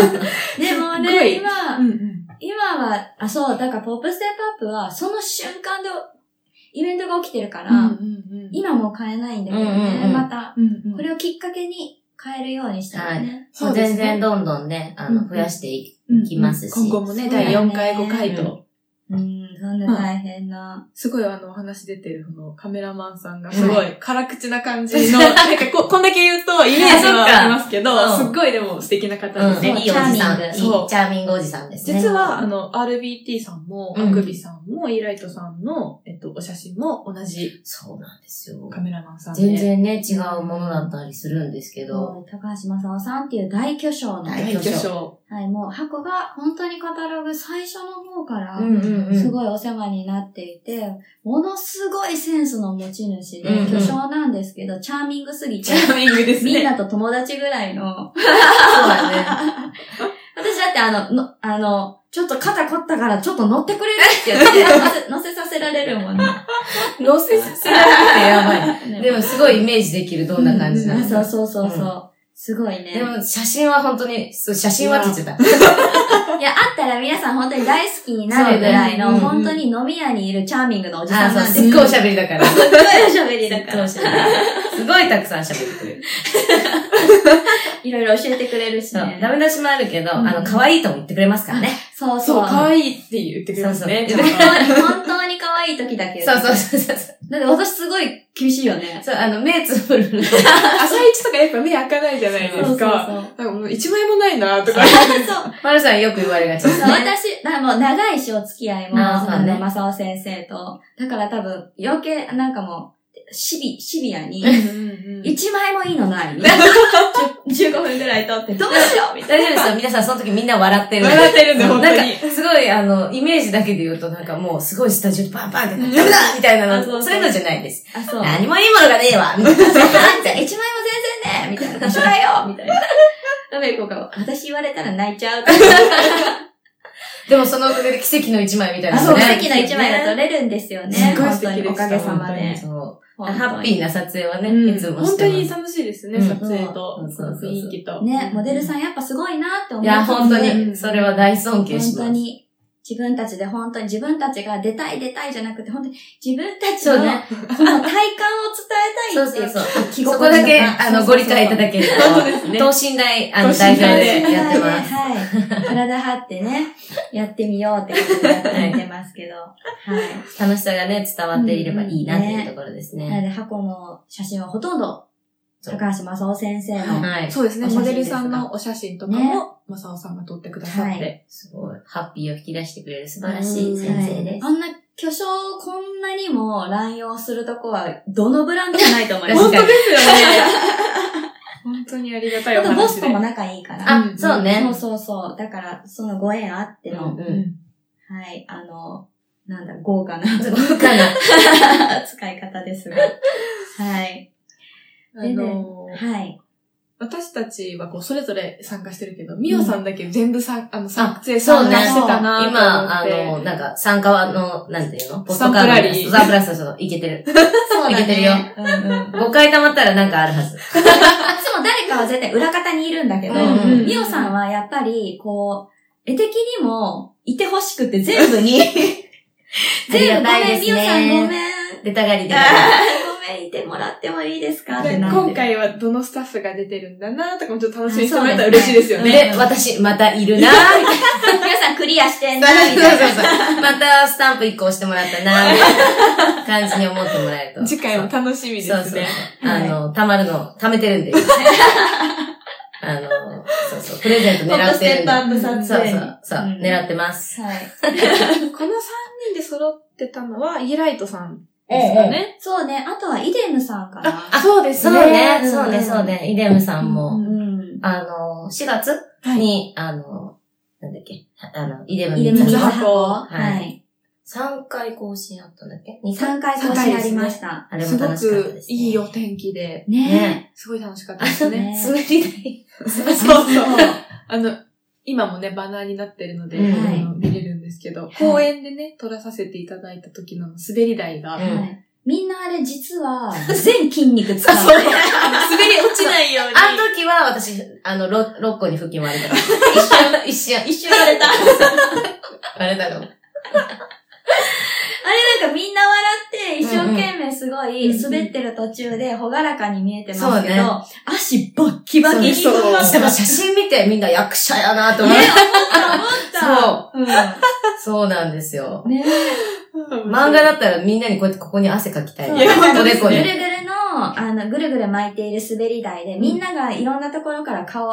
でも
すっごい
ね、今、
うん
今は、あ、そう、だからポップステップアップは、その瞬間でイベントが起きてるから、
うん
今もう買えないんだけどね、
うんうんうん
また、
うん
これをきっかけに買えるようにしたいね。
もう全然どんどんね、あ
うんう
の、
ん
増やしてい
うん
きますし。
今後もね、
そうだ
第
ね
4回、5回と。
うん、そんな大変な。
すごいあの、お話出てる、このカメラマンさんが、すごい辛口な感じの、なんかこ、こんだけ言うと、イメージはありますけ
いやそ
ど、
っか
すっごいでも素敵な方です
い
ね。
いおじさん。
チャーミン
グ
いい
そう
チャーミングおじさんですね。
実は、あの、RBT さんも、
うん
あくびさんも、イライトさんの、えっと、お写真も同じ
そうなんですよ。
カメラマンさんで。
全然ね、違うものだったりするんですけど。
高橋正夫さんっていう大巨匠の。
大
大
巨
巨
匠
匠。
はい、もう箱が本当にカタログ最初の方から、
うん
すごいお世話になっていて、ものすごいセンスの持ち主で、
うんうん
巨匠なんですけど、チャーミングすぎて
チ、ャーミングですね。
みんなと友達ぐらいの、
そうだね。
私だってあの、のあの、ちょっと肩凝ったからちょっと乗ってくれるって言って、乗せ乗せさせられるもんね。
乗せさせられてやばい。 でもすごいイメージできる、どんな感じな
あ
の
そうそうそうそう。すごいね。
でも写真は本当に、そう写真はって言ってた。
いや、あったら皆さん本当に大好きになるぐらいの、
そうねうん
本当に飲み屋にいるチャーミングなおじさ
あ、
ん
そう、
なんです
すっごいおしゃべりだから。 すっ
すっごいおしゃべりだか
ごい
ら
お、しゃべり。すごいたくさん喋ってくれる。
いろいろ教えてくれるし
そう
ね。
ダメ出しもあるけど、あの、可愛いとも言ってくれますからね。
そう
そ、
そうう。
可愛いって言ってくれますね。
そう
本
そう
当に、本当に可愛い時だけ。
そうそうそうそう。
だって私すごい厳しいよね。
そう、あの、目つぶるの。
朝一とかやっぱ目開かないじゃない
そう
で
そ
す
うそう。
か。
そう
なんかもう一枚もないなとか。
マルさんよく言われがちですね。
私、だからもう長いしお付き合いも、
あーそうだ
あ
ね
の、正雄先生と。だから多分、余計、なんかもう、シビ、シビアに、
一
一枚もいいのないみたいな。15分ぐらい撮って、どうしようみたい
大丈夫ですよ。皆さん、その時みんな笑ってる。
笑ってるんで、
そう
本
な
当
んか
に。、
すごい、あの、イメージだけで言うと、なんかもう、すごいスタジオでバンバンって、ダメだみたいな
あそうそ
の、
う
そういうのじゃないです。
な。あ、そう。
何もいいものがねえわみたいな。
あんた一枚も全然ねみたいな。一緒だよみたいな。どこ行こうか。私言われたら泣いちゃう。
でもそのおかげで奇跡の一枚みたいな
あ、
ね。
そう、奇跡の一枚が撮れるんですよね。
すごい
本
素
当
敵
に
で
お
した
かげさまで。
そう。
本当に
ハッピーな撮影はね、いつも
本
して
当
ます。
に楽しいですね、
うん
撮影と
そうそうそう。そう
雰囲気と。
ね、モデル
ん。
さんやっぱすごいなって思う。
いや、本当
う
に、
ん
それは大尊敬
本
し
当
ます。
に。自分たちで本当に自分たちが出たい出たいじゃなくて、本当に自分たち
そう
のこの
ね
体感を伝えた
そ
いうって
そ
いうう
そう。
気
そ
心
こだけ、
とか
あの、ご理解いただける
本
と、
当ですね。
等身大、あの、
等
代
身
表
大
で
で
やってます。
はい。体張って ね、やってみようってことでやってますけど。はい。
楽しさがね、伝わっていればいいなっていうところです
なの
ね。
で、箱の写真はほとんど、
そう
高橋正夫先生
は
の、
はい。
そうですね、
お写
モ
真
デルさんのお写真とか
ね
も、まさおさんが撮ってくださっ
は
て。
すごい。ハッピーを引き出してくれる素晴らしい先生です。
あんな巨匠をこんなにも乱用するとこは、どのブランドじゃないと思います。
確かに。
ですよね。本当にありがたい
あ
お
と、ボス
話
と
で
も。仲いいから。
あ、そう
そ
ね
う。そうそう。だから、そのご縁あって
うん
の、
うん。
はい、あの、なんだ、豪華な
ちょっと豪華な。
使い方ですが。はい。
あのー、
はい。
私たちはこう、それぞれ参加してるけど、ミオさんだけ全部さん、あの、撮影
そ
参
うね
加してたな
今、あ
と思
の、
って。
なんか、参加は、の、なんていうの
スタンプラリー
ポストカドみたいなスタンプラリー、そうそう、いけてる。
そう
いけてるよ。
うんうん。
5回溜まったらなんかあるはず。
いつも誰かは絶対裏方にいるんだけど、
うんうん
ミオさんはやっぱり、こう、絵的にも、いてほしくて全部に、全部ご
ありがた
め
いで
ん、ミ
す
オさん
ね
ごめん、
出た がりで。
ごめん、いてもらってもいいですかっ
で
てなってる
今回はどのスタッフが出てるんだなとかもちょっと楽しみにしてもらえたら嬉しいですよね。
で、私、またいるなーみ
ミオさんクリアしてんな、
たい
みたいな。
な。 またスタンプ1個押してもらったなーみたいな感じに思ってもらえると。
次回も楽しみです
そう
ね。
そうそう。あの、溜まるの、溜めてるんで。あの、そうそう、プレゼント狙ってるんで。
ップ撮
そう
影
そう、そう、
うん
狙ってます。
はい。
この3人で揃ってたのは、イエライトさんですかね。
そうね、あとはイデムさんかな。
あ
そうで
そうね、そうね、そう。ね。イデムさんも、
うん。
あの、4月
はい
に、あの、なんだっけ、あの、イデム
イデム
に
水
さん
箱。
は
はい。
3回更新あったんだっけ二回
3回更新ありました。
あれ
す
も
ご
楽しかった
く
です、ね。
いいお天気で、
ね
ね
すごい楽しかったです
ね
ね。
滑 り
そうそう。あの、今もね、バナーになってるので、
うん
あの見れるんですけど、公園でね、撮らさせていただいた時の滑り台が、
う
あ
ん
の
はいみんなあれ実は、 全筋肉使う。
滑り落ちないように。
台。あの時は私、あの、6, 六個に腹筋割れたから。一瞬、一瞬。
一瞬割れた。
割れたかも。
なんかみんな笑って、一生懸命すごい
うんうん
滑ってる途中で朗らかに見えて
そ
ま
う
すけ
ね
ど、足バッキバキに
そうそう
ね、思っ
だから写真見てみんな役者やなと思って。
た思った。。
そう
うん。
そうなんですよ。
ね
漫画だったらみんなにこうやってここに汗かきたい。
いや
おでこ
ぐる
に。
ぐるの、あの、ぐるぐる巻いている滑り台で、みんながいろんなところから顔、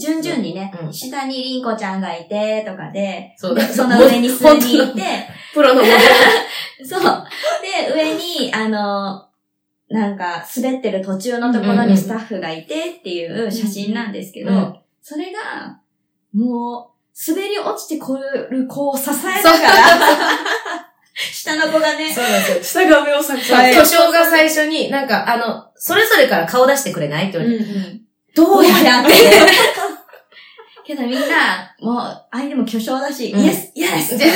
順々にね、
うん
下にりんこちゃんがいて、とかで、
そう
で
だ
その上にすみいて、
プロのモデル。
そう。で、上に、あの、なんか、滑ってる途中のところにスタッフがいてっていう写真なんですけど、
うんうん
それが、もう、滑り落ちてこる子を支え たから、下の子がね、
そうなんですよ。
下が目を支
そう
え
巨匠が最初に、なんか、あの、それぞれから顔出してくれないって言われて、
ど
ど
う
う
や
や
って
ら
やってねけどみんな、もう、相手も巨匠だし、
うん
イエス、イエス
じゃあ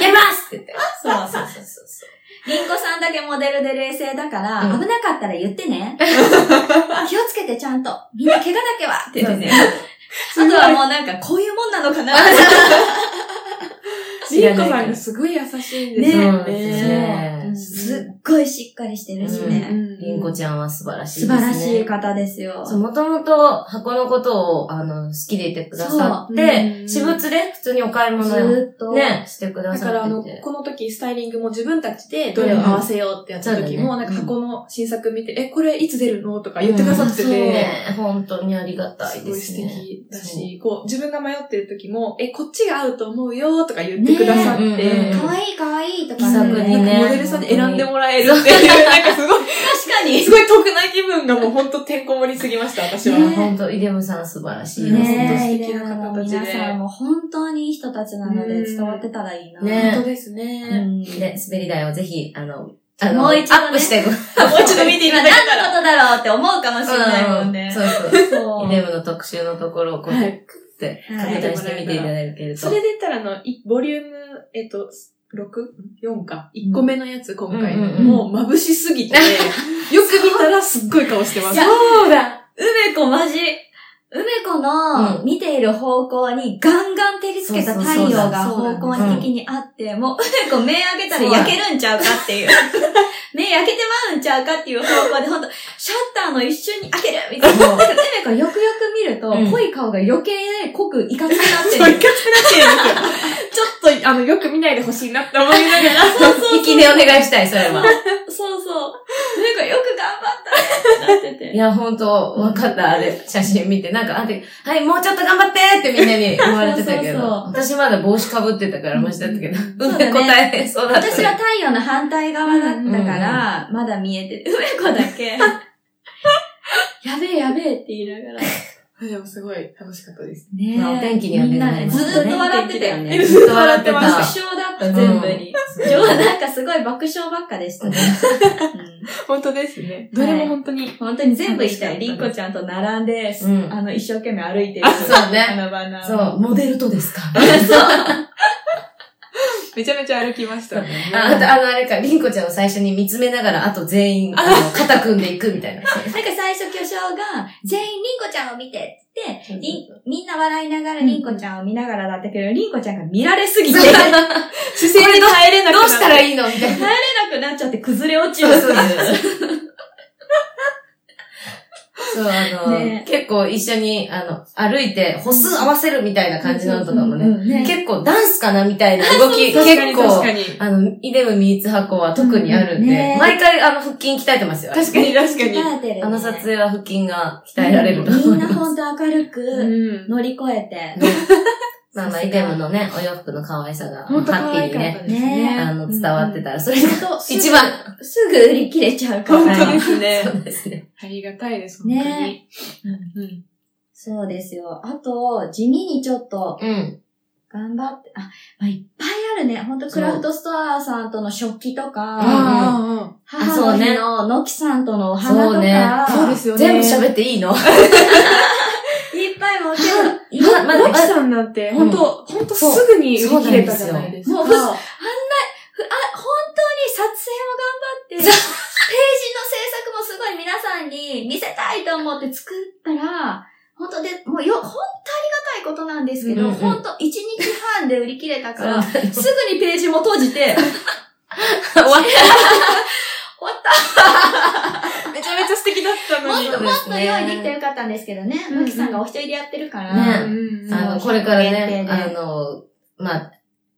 やりますって言って。
そうそうそうそうそう。リンゴさんだけモデルで冷静だから、
うん
危なかったら言ってね。気をつけてちゃんと。みんな怪我だけはって言ってね。あとはもうなんか、こういうもんなのかな
りんこさんがすごい優しい んですよ
ね
ね。
ね
すっごいしっかりしてるし
う
ね。
りんこちゃんは素晴らしい
素晴らしい方ですよ。
そう、もともと箱のことを、あの、好きでいてくださっ
そうう
て、
ん
私物で普通にお買い
ず
物を
ーっと。
ね、してくだ
だ
さ
からあ
っ
の、
てて。
この時スタイリングも自分たちでどれを合わせようってやった時も、
うん
なんか箱の新作見て、え、これいつ出るのとか言ってくださってて、
ね、本当にありがたい
す
で
ごい
す
素
ね。
敵だし、こう、自分が迷ってる時も、え、こっちが合うと思うよとか言ってくださって、
ねえうんうん
かわいいかわいいとか
気さくにね
モデルさんに選んでもらえるっていう、 なんかすごい、
確かに。
すごい得な気分がもうほんとてんこ盛りすぎました、私は。
ね
本当、イデムさん素晴らしいですね。
ねえ、
素敵な方たちで
皆さんも本当にいい人たちなので伝わってたらいいな。
ね
本当ですね。
うん
で、滑り台をぜひ、あの、あの、
もう一度ね
アップしてごら
もう一度見ていただけた ら。
何のことだろうって思うかもしれないもんね。
そうそう。
そう
イデムの特集のところをこう、
は
ク
い
って
はい
拡大してみていただけると。
それで言ったら、あの、いボリューム、えっと、6?4 か。1個目のやつ、今回の
うんうんうん
もう眩しす ぎて、よく見たらすっごい顔してます。
いや
うだ
梅子マジ。梅子の
う
見ている方向にガンガン照りつけた太陽が
そうそうそう
方
そう
向に的にあって、もう梅子目開けたら焼けるんちゃうかっていう。 目焼けてまうんちゃうかっていう方向で、ほんと、シャッターの一瞬に開けるみたいな。
そう
梅子よくよく見ると、
うん
濃い顔が余計濃くいかつくなって
そう、一回
る
く。なってるんですよ。 ちょっと、あの、よく見ないでほしいなって思いながら。
息でお願いしたい、それは。
そうそう。梅子よく頑張ったってなってて
い。や、ほんと、わかった、あれ、写真見て。なんか、あて、はい、もうちょっと頑張ってってみんなに言われてたけど。
そうそう
私まだ帽子かぶってたから、マシだったけど。
うん
うん、答えそうだった。
私は太陽の反対側だったから、まだ見えてる。梅子だけ。やべえやべえって言いながら。
でもすごい楽しかったです。
ね
まあお天気には
みんなね、
恵まれま
ず
すね
ーっと笑ってたよね。
ずっと笑って
爆
ま
ずっと笑
した。
笑だった、全部に。
うん
今日はなんかすごい爆笑ばっかでしたね。うん
本当ですね。どれも本当に。
本当に全部行きたい。
楽し
り
かった
んこちゃんと並んで、
うん
あの、一生懸命歩いてる。
そうね
あのバナー。
そう、モデルとですか
めちゃめちゃ歩きましたね。
ああと、あの、あれか、りんこちゃんを最初に見つめながら、あと全員、あ の、肩組んでいくみたいな。
なんか最初巨匠が、全員りんこちゃんを見てって言って、 りんみんな笑いながらりんこちゃんを見ながらだったけど、りんこちゃんが見られすぎて、
そう
耐えれな
姿勢に耐えれなく
ど
な
うしたら
い
いいのみたいな。
くなっちゃって崩れ落ち
そ
る
う。そうそう、あの、
ね
結構一緒に、あの、歩いて歩数合わせるみたいな感じのとかもね、
うんね
結構ダンスかなみたいな動き、
確かに
結
確か
構、
に。
あの、イデムミーツ箱は特にあるんで、
うんね
毎回あの、腹筋鍛えてますよ。
確かに確かに。
鍛えてるね
あの撮影は腹筋が鍛えられると
み
思
ん
い
な
ます。
ほんと明るく
うん。
乗り越えて。
まあまあ、イデムのね、お洋服の可愛さが、ハ
本当可
ッピー
愛
に
かっ
ね、
たですね。
ね
あの、伝わって
た。
たら、それが
ほんとすぐ
一番。
すぐ売り切れちゃうか
本
ら。
当ですね
そ。うですね。
ありがたいです、本当に
ね。そうですよ。あと、地味にちょっと
うん。
頑張って、あ、まあ、いっぱいあるね。ほんとクラフトストアさんとの食器と
ん
か、
あ
母の日ののきさんとのお花と
そうね
か、
そうですよね。
全部喋っていいの
いっぱい持ってる。いっ
ま
ま
だ
ロキさんなんて、本当本当すぐに売り切れたじゃないですか。
そうそうなふあ、本当に撮影も頑張って、ページの制作もすごい皆さんに見せたいと思って作ったら、本当で、もうよ、本当ありがたいことなんですけど、
うんうん
本当1日半で売り切れたから、
そう
すぐにページも閉じて、あ、
終わっ
終わった
めちゃめちゃ素敵だったの
も
に。
そ
っと
う
も
で
っ
す
と
ね
用意できてよかったんですけどね。
うんうん
むきさんがお一人でやってるか
ね
ら。
うんうん
た。あの、これからね、あの、まあ、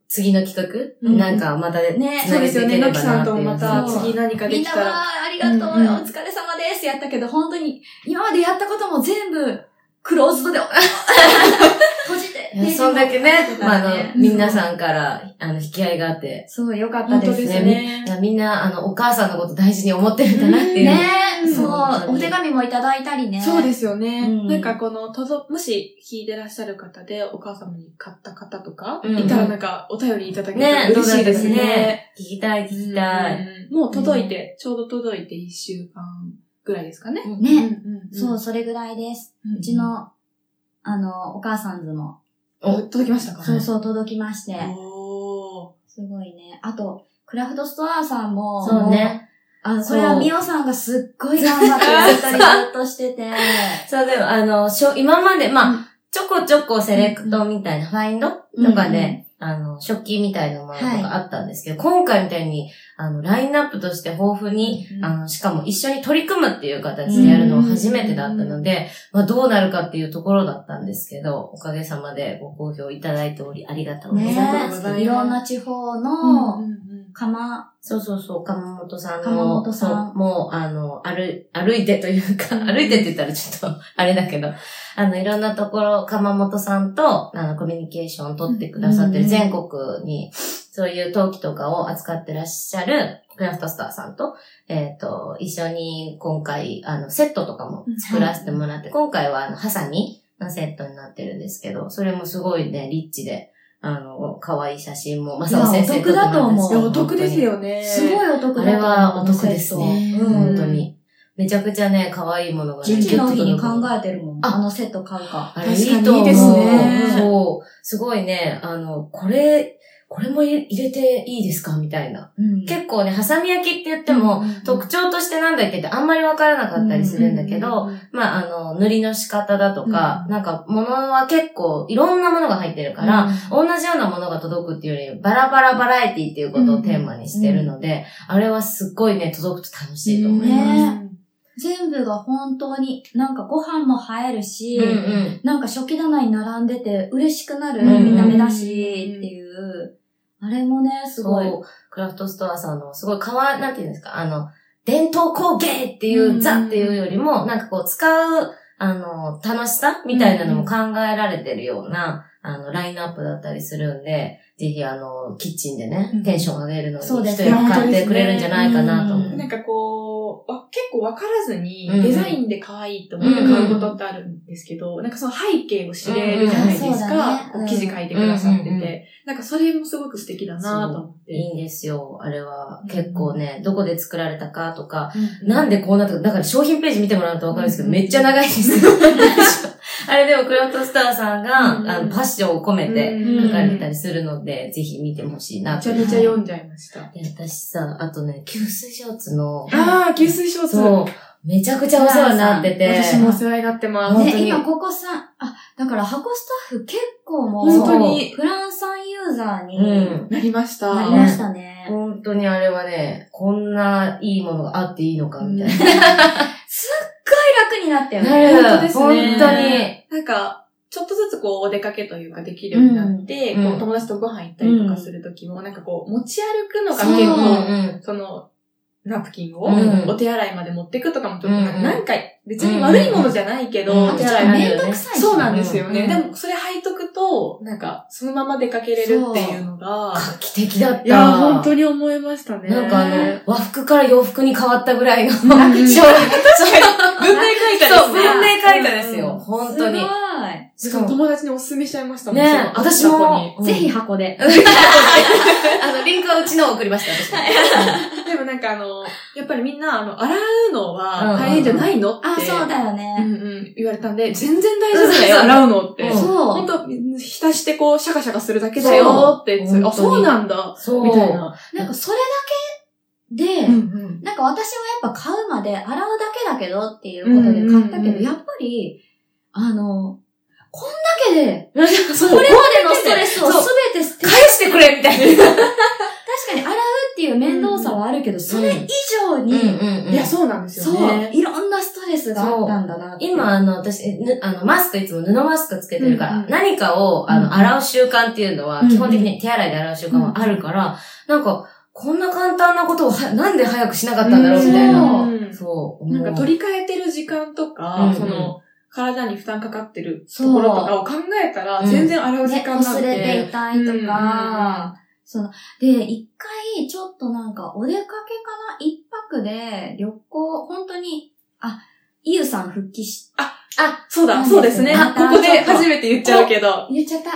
次の企画、
うん
なんかまたね、
ね
つ
そ
な
うで
げ
す
て
よ
いけれ
ね。の
ば
きさ
なんって
と
いう
また
そう
次何かで
みん
き
な
たら。
はありがとう、
うんうん
お疲れ様ですやったけど、本当に、今までやったことも全部、クローズ ドで、閉じて。
いやそんだけね、まあ、あの、皆
ん。
さんから、あの、引き合いがあって、
そう、よかった
本当
で
ですす
ね。
ね
い。やみんな、あの、お母さんのこと大事に思ってるんだなっていう。
ね
う
え、
ん
そ
本当
う、
に
お手紙もいただいたりね。。
そうですすよね。
うん
なんかこの、とぞ、もし聞いてらっしゃる方で、お母様に買った方とか、
うん
いたらなんかお便りいただけたら
ね
嬉しいです
どうだった
ね。
聞きたい、聞きたい。
うんもう届いて、ちょうど届いて1週間ぐらいですかね。
ね
うん
そう、、それぐらいです。
うん
うち、の、あの、お母さんズも、
お届きましたか
そうそう、届きまして。
お
すごいね。あと、クラフトストアさんも、
そうね。
あの、
そ
こ
う
れはみおさんがすっごい頑張ってずっとずっとしてて。
そう、でも、あの、しょ今まで、
う
まあ、ちょこちょこセレクトみたいな、ファインドとか
うんう
で、あの、食器みたいなものとかあったんですけど、今回みたいに、あの、ラインナップとして豊富に、あの、しかも一緒に取り組むっていう形でやるのは初めてだったので、まあどうなるかっていうところだったんですけど、おかげさまでご好評いただいており、ありがとうござい
ね
あ
ま。
りがとうございますす
え、いろんな地方
うん
の
うんうん
釜、
そうそうそう、鎌本さんの、
鎌本さん
そうもう、あの、歩、歩いてというか、
うん
歩いてって言ったらちょっと、 あれだけど、あの、いろんなところ、鎌本さんと、あの、コミュニケーションを取ってくださって
う
る、
ん
全国に、そういう陶器とかを扱ってらっしゃる、クラフトスターさんと、えっ、と、一緒に今回、あの、セットとかも作らせてもらって、今回は、あの、ハサミのセットになってるんですけど、それもすごいね、リッチで、あの、可愛い写真も、まさお先生
いやお得だと
撮っ
思う
てもらったんです
い
けど
や、お得ですよね。
すごいお得だ
あ
った
れ
の
はお得ですね。
あのセット
本当に。めちゃくちゃね、可愛いものが、ね。
父の日に考
え
えてるもん。
あ
あのセット買うか。
あれい
確かに
いと思う。
いいですね
そう。すごいね、あの、これ、これも入れていいですかみたいな。
うん
結構ね、ハサミ焼きって言っても、特徴としてなんだっけってあんまりわからなかったりするんだけど、、まあ、あの、塗りの仕方だとか、
う
なんか、物は結構、いろんなものが入ってるから、
うん、
同じようなものが届くっていうより、バラバラバラエティっていうことをテーマにしてるので、あれはすっごいね、届くと楽しいと思います。
ね全部が本当に、なんかご飯も映えるし、
うん
なんか食器棚に並んでて嬉しくなる
うんうん
見た目だし、っていう。あれもね、すごい。
そうクラフトストアさんの、すごいかわ、なんていうんですか、あの、伝統工芸っていう、
うん
ザっていうよりも、なんかこう、使う、あの、楽しさみたいなのも考えられてるような、あの、ラインナップだったりするんで、ぜひあの、キッチンでね
うん、
テンション上げるのに、
そうで
一
す
人
ね
買ってくれるんじゃないかなと思う。
うん
なんかこう、わ結構わからずに、
うん
デザインで可愛いと思って買うことってあるんですけど、なんかその背景を知れるじゃないです
うんそうだ
か
ね。
こう記事書いてくださって
うんうん
て。なんかそれもすごく素敵だなと思っ
い
て。
いんですよ。あれは結構ね、どこで作られたかとか、
う
なんでこうなったか、だから商品ページ見てもらうとわかるんですけど、
うん
めっちゃ長いですよ。 あれでもクラフトスターさんが、
うん
あの、パッションを込めて
うん
書かれてたりするので、ぜひ見てほしいな
めち
と
ゃ
思い
め
ます
ちゃ読んじゃいました。
で私さ、あとね、給水ショーツの、
ああ、給水ショーツ。
そう、めちゃくちゃお世話になってて、
私もお世話になってます。
本当に
ね、今ここさ、あ、だから箱スタッフ結構もう、
本当に
フランス産ユーザーに
うん
なりました。
なりましたね。
本当にあれはね、こんないいものがあっていいのか、みたいな。
すっごい楽になったよ
な
ね。
る
本当ですね
本当に。
なんか、ちょっとずつこう、お出かけというかできるようになって、
うん
こ
うん
う友達とご飯行ったりとかするときも、なんかこう、持ち歩くのが結
そう
構、
うん
その、ナプキンを、
うん
お手洗いまで持ってくとかもちょっとなんか、
うん
なんか別に悪いものじゃないけど、
うん
お
あと
手
ちょっ
洗い
と
まで
めんどくさいし。
そうなんですよね。
うん
でも、それ履いとくと、なんか、そのまま出かけれるっていうのが、
画期的だった。
いや、本当に思いましたね。
なんかあの、和服から洋服に変わったぐらいの、そう、
う
文
ん
明
開化
そう、
ね
文明開化です
うん
よ。本当に
す。
し
しか
か
も
も、
友達にお勧めしちゃいましたもん
ね
その
私も
箱、
ごい。ぜひ箱で。
あの、リンクはうちのを送りました、私も。
に でもなんかあの、やっぱりみんな、あの、洗うの
うん
は大変じゃないのって、
あ、そうだよ
うん
ね。
うん、言われたんで、全然大丈夫だよ、
うん
洗うのって。
うん
そ
本
う。
当浸してこう、シャカシャカするだけだよって言って
そう
あ、そうなんだ、
そう。
みたいな。
なんかそれだけで、
ん
なんか私はやっぱ買うまで洗うだけだけどっていうことで買った
うん
け
うんう
ど、
ん
やっぱり、あの、こんだけで、
そう
これまでのストレスをすべて捨て
返してくれみたいな。
確かに洗うっていう面倒さはあるけど、それ以上
うん
に、
うんうん。
いや、そうなんですよ
そう、
ね。
いろんなストレスがあったんだなって。
今、あの、私、ぬあの、マスクいつも布マスクつけてるから、
うんうん
何かを、あ
うん
の、洗う習慣っていうのは、
うんうん
基本的に手洗いで洗う習慣はあるから、なんか、こんな簡単なことをは、なんで早くしなかったんだろうみたいな。
うん
そう。
なんか
もう
取り替えてる時間
う
と
んう
か、
ん
その、体に負担かかってる
そう
ところとかを考えたら、
うん
全然洗う時
ね、
間なん
擦れて
て。
いたいと
うんうん
か、その、で、一回、ちょっとなんか、お出かけかな一泊で、旅行、本当に、あ、イユさん復帰し、
そうだ、
そ
そうう
で
ですす
ね
ね。
あ
ここ
ちょ
で
っと
初めて言っちゃうけど。
言っちゃった。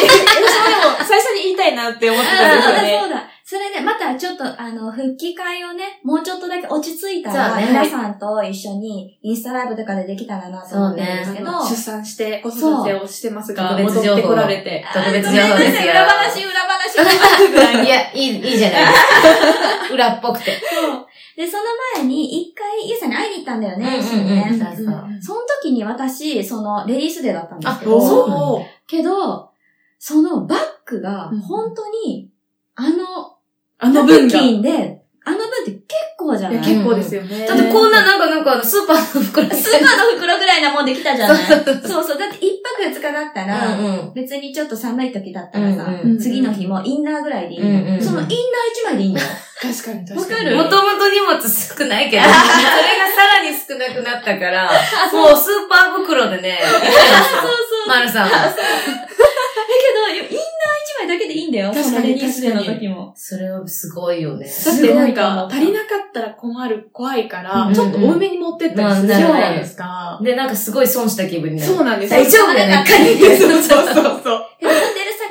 でも最初に言いたいなって思ってたんですよね。
そうだ。それで、またちょっと、あの、復帰会をね、もうちょっとだけ落ち着いたら、
そうね
皆さんと一緒に、インスタライブとかでできたらなと思ってるんですけど、
あの出産して、子育てをしてますが、
そう
戻ってこられて。
特別情報
ごめん
で
なさ
す
い
よ。
裏話、裏話、裏話ぐらい
いや、いい、いいじゃないですか。裏っぽくて。
で、その前に、一回、ゆうさんに会いに行ったんだよね、一緒に
うんうん
ね。
そうそう
その時に私、その、レディースデーだったんですけ
あ
ど、
そう
おー
けど、そのバッグが
うん、
本当に、あの、
あ
ナ
の
プ
分
キ
が。
ンで、あの分って結構じゃ
い
な
や
い
結構ですよね。
だってこんな、なんか、なんかあの、スーパーの袋みたいな
スーパーの袋ぐらいなもんできたじゃないそうそう。だって一泊二日だったら、
うん
別にちょっと寒い時だったらさ、
うん
うん
次の日もインナーぐらいでいいの、
うんうんうん
そのインナー一枚でいいんだよ。
確かに確か
わか
に。
る
もともと荷物少ないけ ど、それがさらに少なくなったから、もうスーパー袋 でね、
そうそう。
マルさんは。
だけど、インナー一枚だけでいいんだよ。
確かに
そのレディースデーの時も。
それはすごいよね。
だってなんか、
すごい
足りなかったら困る、怖いか
うんうん
ら
う、ん
ちょっと多めに持ってったりするじゃないですか。
で、なんかすごい損した気分になる。
そうなんですよ
大丈夫だよね、カニって。
そうそうそうそう。
でホテル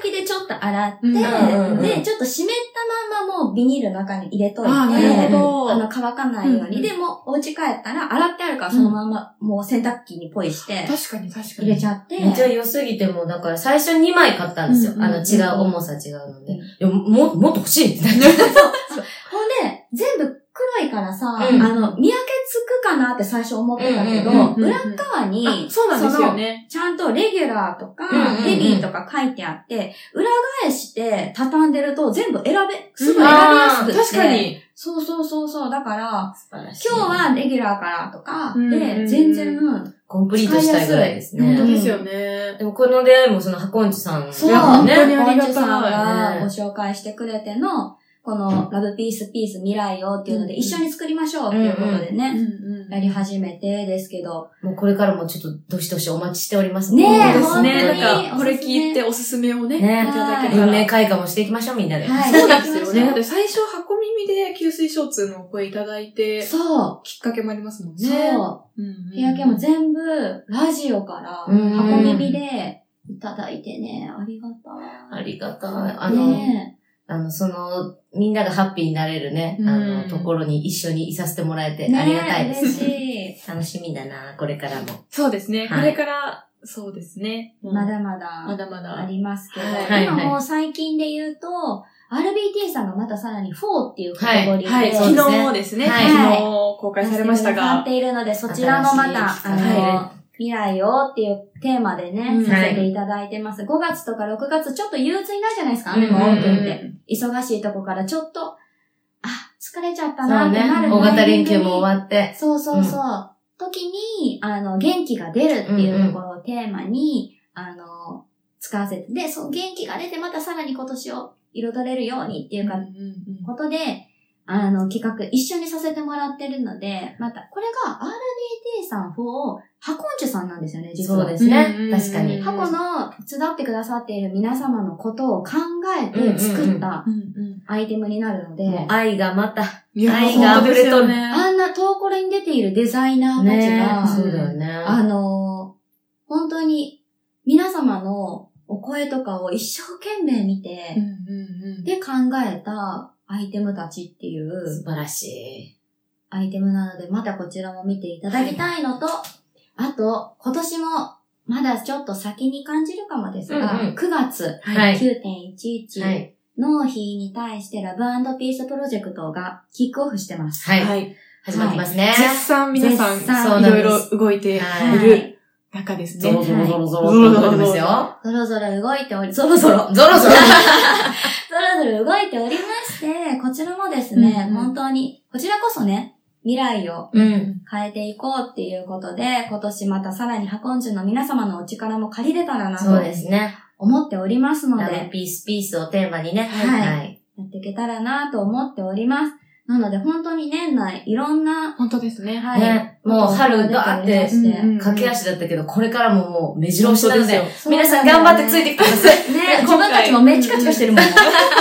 先でちょっと洗って、
うん
うんうん
で、ちょっと湿ったまんまもうビニールの中に入れといて、
ああ、なるほ
あ
ど。
の、乾かないように。
うんうん
でも、お家帰ったら、洗ってあるから、そのまま、もう洗濯機にポイして、
確かに確か
入れ
に。
ちゃって。
めっちゃ良すぎても、だから最初2枚買ったんですよ
う。ん
あの、違う、重さ違うので。いや、も、もっと欲しいってなって。
ほんで、全部黒いからさ、
うん
あの、見分けつくかなって最初思ってたけど、
うんうん
うんうん
裏側に、
あそうなんですよ
その
ね。
ちゃんとレギュラーとか、
うんうんうん
ヘビーとか書いてあって、裏返して畳んでると全部選べ、すぐ選
う
び
ん
やすくて。
確か。に。
そうそうそうそう。だから、
今
今日はレギュラーからとか、
うんうんう
で、
ん
全然、
コンプリートしたいぐらいです
本当
ね。
ですよね。
でもこの出会いもその、ハコンチさん。
そう、
いや
ね
本当にありがたい
ポンチさん
ね
がご紹介してくれての、この、ラブピースピース未来をっていうの
うん
で、
うん
一緒に作りましょうっていうことでね、
うん
やり始めてですけど、
もうこれからもちょっと、どしどしお待ちしております
ねえ
そうです
本当
ね。
に
なんか、これ聞いておすすめをね、い
ね
ただけた
運
ら
命。開花もしていきましょう、みんなで。
はい
そうなんですよね。
はい
だって最初、箱耳で吸水ショーツのお声いただいて、
そ
きっかけもありますもん
う、
ね。
そう、
うんうん。
日焼けも全部、ラジオから、
うん
箱耳で、いただいてね、ありがたい。
ありがたい。
あ
あ
の、
の、
ね
あの、その、みんながハッピーになれるね、
うん
あの、ところに一緒にいさせてもらえて、
え、ね
ありがたいです。
嬉し
楽しみだな、これからも。
そうですね。こ
はい
れから、そうですね。
い。ま
まだ
だまだ、
ま
あ
だ。
りますけど、
はい
今
はい
もう最近で言うと、RBT さんがまたさらに4っていうカテゴリーで、
はい、
そうですね
昨日ですね。
はい
昨日公開されました
やっ
が。
ているので、そちらもまた、あ
新しい
の、
は
未来をっていうテーマでね、
うん
させていただいてます。5月とか6月、ちょっと憂鬱になるじゃないですか、雨も
う
多
ん
く
う
っ
ん
て。忙しいとこからちょっと、あ、疲れちゃった
そ
な
う
って
ね
なる、
大型連休も終わって。
そうそうそう。時に、あの、元気が出るっていうところをテーマに、あの、使わせて、で、その元気が出てまたさらに今年を彩れるようにっていうか、
うんうんうん
ことで、あの、企画一緒にさせてもらってるので、また、これが RBT さん4を、ハコンチュさんなんですよね、実は。
そうですね
うんうんうん
確かに
過去の手伝ってくださっている皆様のことを考え
うんうんう
て
ん
作った
うんうん
アイテムになるので、
もう愛がまた、
いや
愛
が
本当ですよね
あんな遠これに出ているデザイナーたち
ね
が、
そうだよ
あ
ね。
のー本当に皆様のお声とかを一生懸命見て、
うんうんうん
で考えたアイテムたちっていう、
素晴らし
アイテムなので、またこちらも見ていただきたいのと、あと、今年も、まだちょっと先に感じるかもですが、
うんうん
9月
い。はい。は
9.11
い。
の日に対してラブピースプロジェクトがキックオフしてます。
はい。
はい。
始まりますね。
絶賛皆さん、
絶賛
そうなん
い
で
ろ
す
いろ動いてい
はい
る中です
ゾロ
ね。
ゾロゾロゾロ
はい
ゾロゾロですよ。
そろそろ動いており、
ゾロゾロ。ゾロゾロ。
そろそろ動いておりましで、こちらもですね、
うんうん
本当に、こちらこそね、未来を
うん。
変えていこうっていうことで、今年またさらにハコンジュの皆様のお力も借りれたらな
そう
と
ですね。
思っておりますので、
ラブピースピースをテーマにね。
はい
い。
やっていけたらなと思っております。なので本当に年内いろんな、
本当ですね。
はい。
ねもう春があって
ことを出ておりまして
うんうん
駆け足だったけど、これからももう目白押し
本
な
当
の
ですよ
で、皆さん頑張ってついてきてください。
ね、自
今
分
回
たちも目チカチカしてるもん。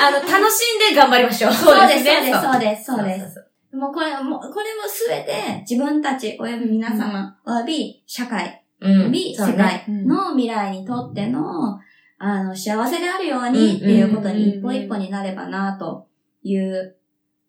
あの、楽しんで頑張りましょう。
そうです、そうです、そうです、そう
そう
です。もうこれ、もう、これもすべて自分たち、および皆様、および社会、お
う
よ
ん。
び
そう
世
ね
界
うん
の未来にとっての、あの、幸せであるようにっていうことに一歩一歩になればなという、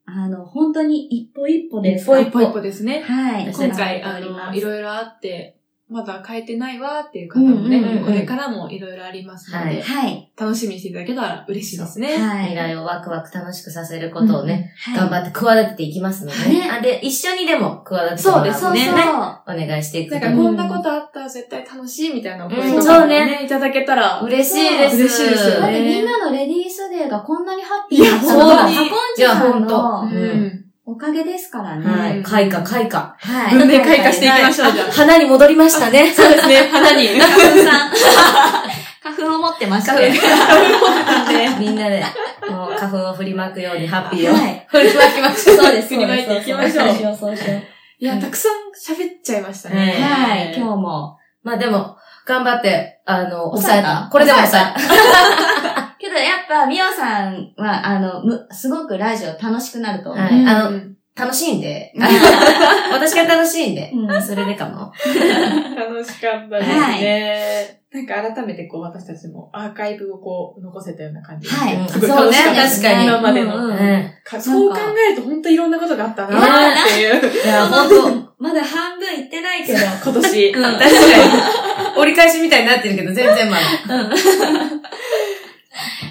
あの、本当に一歩一歩です。
一歩
一歩一歩ですね。
はい。
今回、あ
頑張っております
の、いろいろあって、まだ変えてないわっていう方もね、
うんうんうん
これからもいろいろありますので、
はい
はい。
楽しみにしていただけたら嬉しいですね。
はい。
未来をワクワク楽しくさせることをね、
はい
頑張って企てていきますのでね。あで、一緒にでも企ててもらう
そ
の
う
で
です
ね。
ね
そう
お願いしていく
な
と
んか
ね。
こんなことあったら絶対楽しいみたいなお声
うん
と
そ
か
う
も
ね
ね、いただけたら
嬉しいです。
嬉しいですよ
だっ
ね
てみんなのレディースデーがこんなにハッピーなこと
いや
は、
本当に
ハコンチさん
いや
の
本当
うん。
おかげですからね。
はい。開花、開花。
は
文明開花していきましょう、じゃあ。
花に戻りましたね。
そうですね、花に。
花粉さん。花粉を持ってまして。
みんなで、もう花粉を振りまくようにハッピーを。
はい。
振りまきまし
そうです。
振りまいていきましょう
そうしよう、そうしよう。
いや、たくさん喋っちゃいました
ね
ね。
はい、今日も。
まあでも、頑張って、あの、抑
抑
え
えた
た。これでも抑えた。
けどやっぱ、みおさんは、あの、むすごくラジオ楽しくなると思う。
は
うん
いあの
うん
楽しいんで。 私が楽しいんで。
うん
それでかも。
楽しかったですね。なんか改めてこう私たちもアーカイブをこう残せたような感じで。
はい
うん
すごい
そう
楽
ね
しかったで
確
す
かに
今までの。
うん
う。
うんん
い
かそう考えると本当いろんなことがあったなっていう、
や、ほんと、
まだ半分いってないけど。
今年。
確かに。折り返しみたいになってるけど、全然まだ。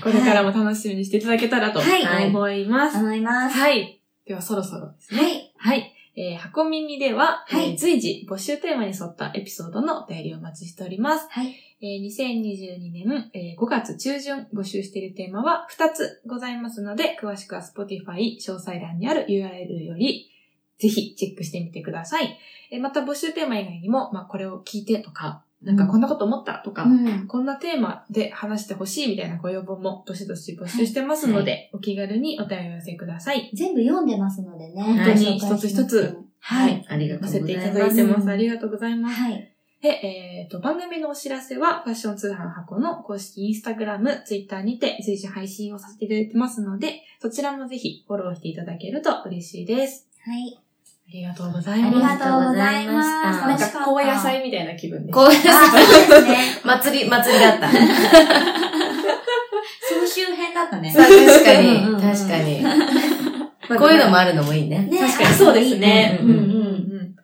これからも楽しみにしていただけたらと
はい
思います。
思います。
はい。ではそろそろですね。
はい。
はい。えー、箱耳では、
はい
えー随時募集テーマに沿ったエピソードのお便りをお待ちしております。
はい
えー、2022年、えー5月中旬募集しているテーマは2つございますので、詳しくは Spotify 詳細欄にある URL より、ぜひチェックしてみてください。えーまた募集テーマ以外にも、まあ、これを聞いてとか、なんかこんなこと思ったとか、
うん。
こんなテーマで話してほしいみたいなご要望もどしどし募集してますので、お気軽にお便りを寄せください。
全部読んでますのでね。
本
当に一つ一つ。
は
はい
い。
ありがと
寄
う
せ
ご
て
ざ
い
い
た
ます。
だいてま
う
す。
ん
ありがとうございます。
はい。
で、えっ、と、番組のお知らせは、ファッション通販箱の公式インスタグラム、ツイッターにて随時配信をさせていただいてますので、そちらもぜひフォローしていただけると嬉しいです。
はい。
ありがとうござい
あり
ま
が
す。
とうござ
あり
います。
がとうございま
な
す
んか、高野菜みたいな気分で。
こういう、
あそうですね。
祭り、祭りだった。
総集編だったね。
確かに
うんうんう、ん
確かに。こういうのもあるのもいいね。
ね
確かにそうですね。
うんうん
う
う
ん
ん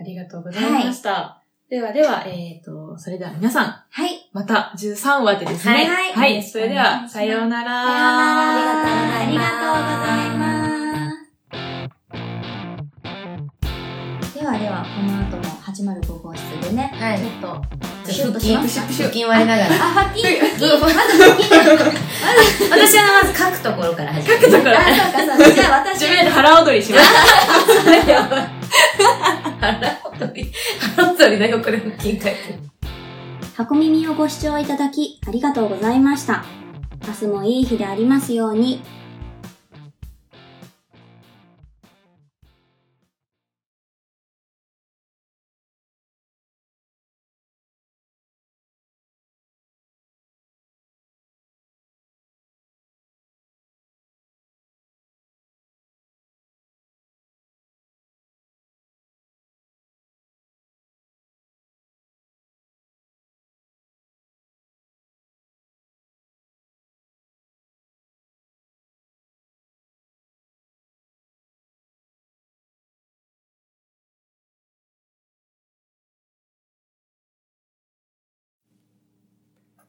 ありがとうございました。ではでは、えっ、と、それでは皆さん、
はい。
また13話でですね。
はい
はい
それでは、さようなら。
さようなら。
あ
あ
り
り
が
が
と
と
う
う
ご
ご
ざ
ざ
い
います。ではでは、この後も805号室でね、
はい
ちょっと、
腹
シュッと
筋、
しま
腹
すか
筋割りながら。
あ、ハッピー
まず 私はまず書くところから始める。
だから
あ、そうかそうか。じゃあ私
自分で腹踊りします。
腹踊り、腹踊りの横で腹筋書いてる。
箱耳をご視聴いただきありがとうございました。明日もいい日でありますように。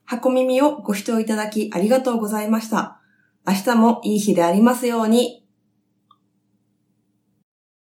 箱耳をご視聴いただきありがとうございました。明日もいい日でありますように。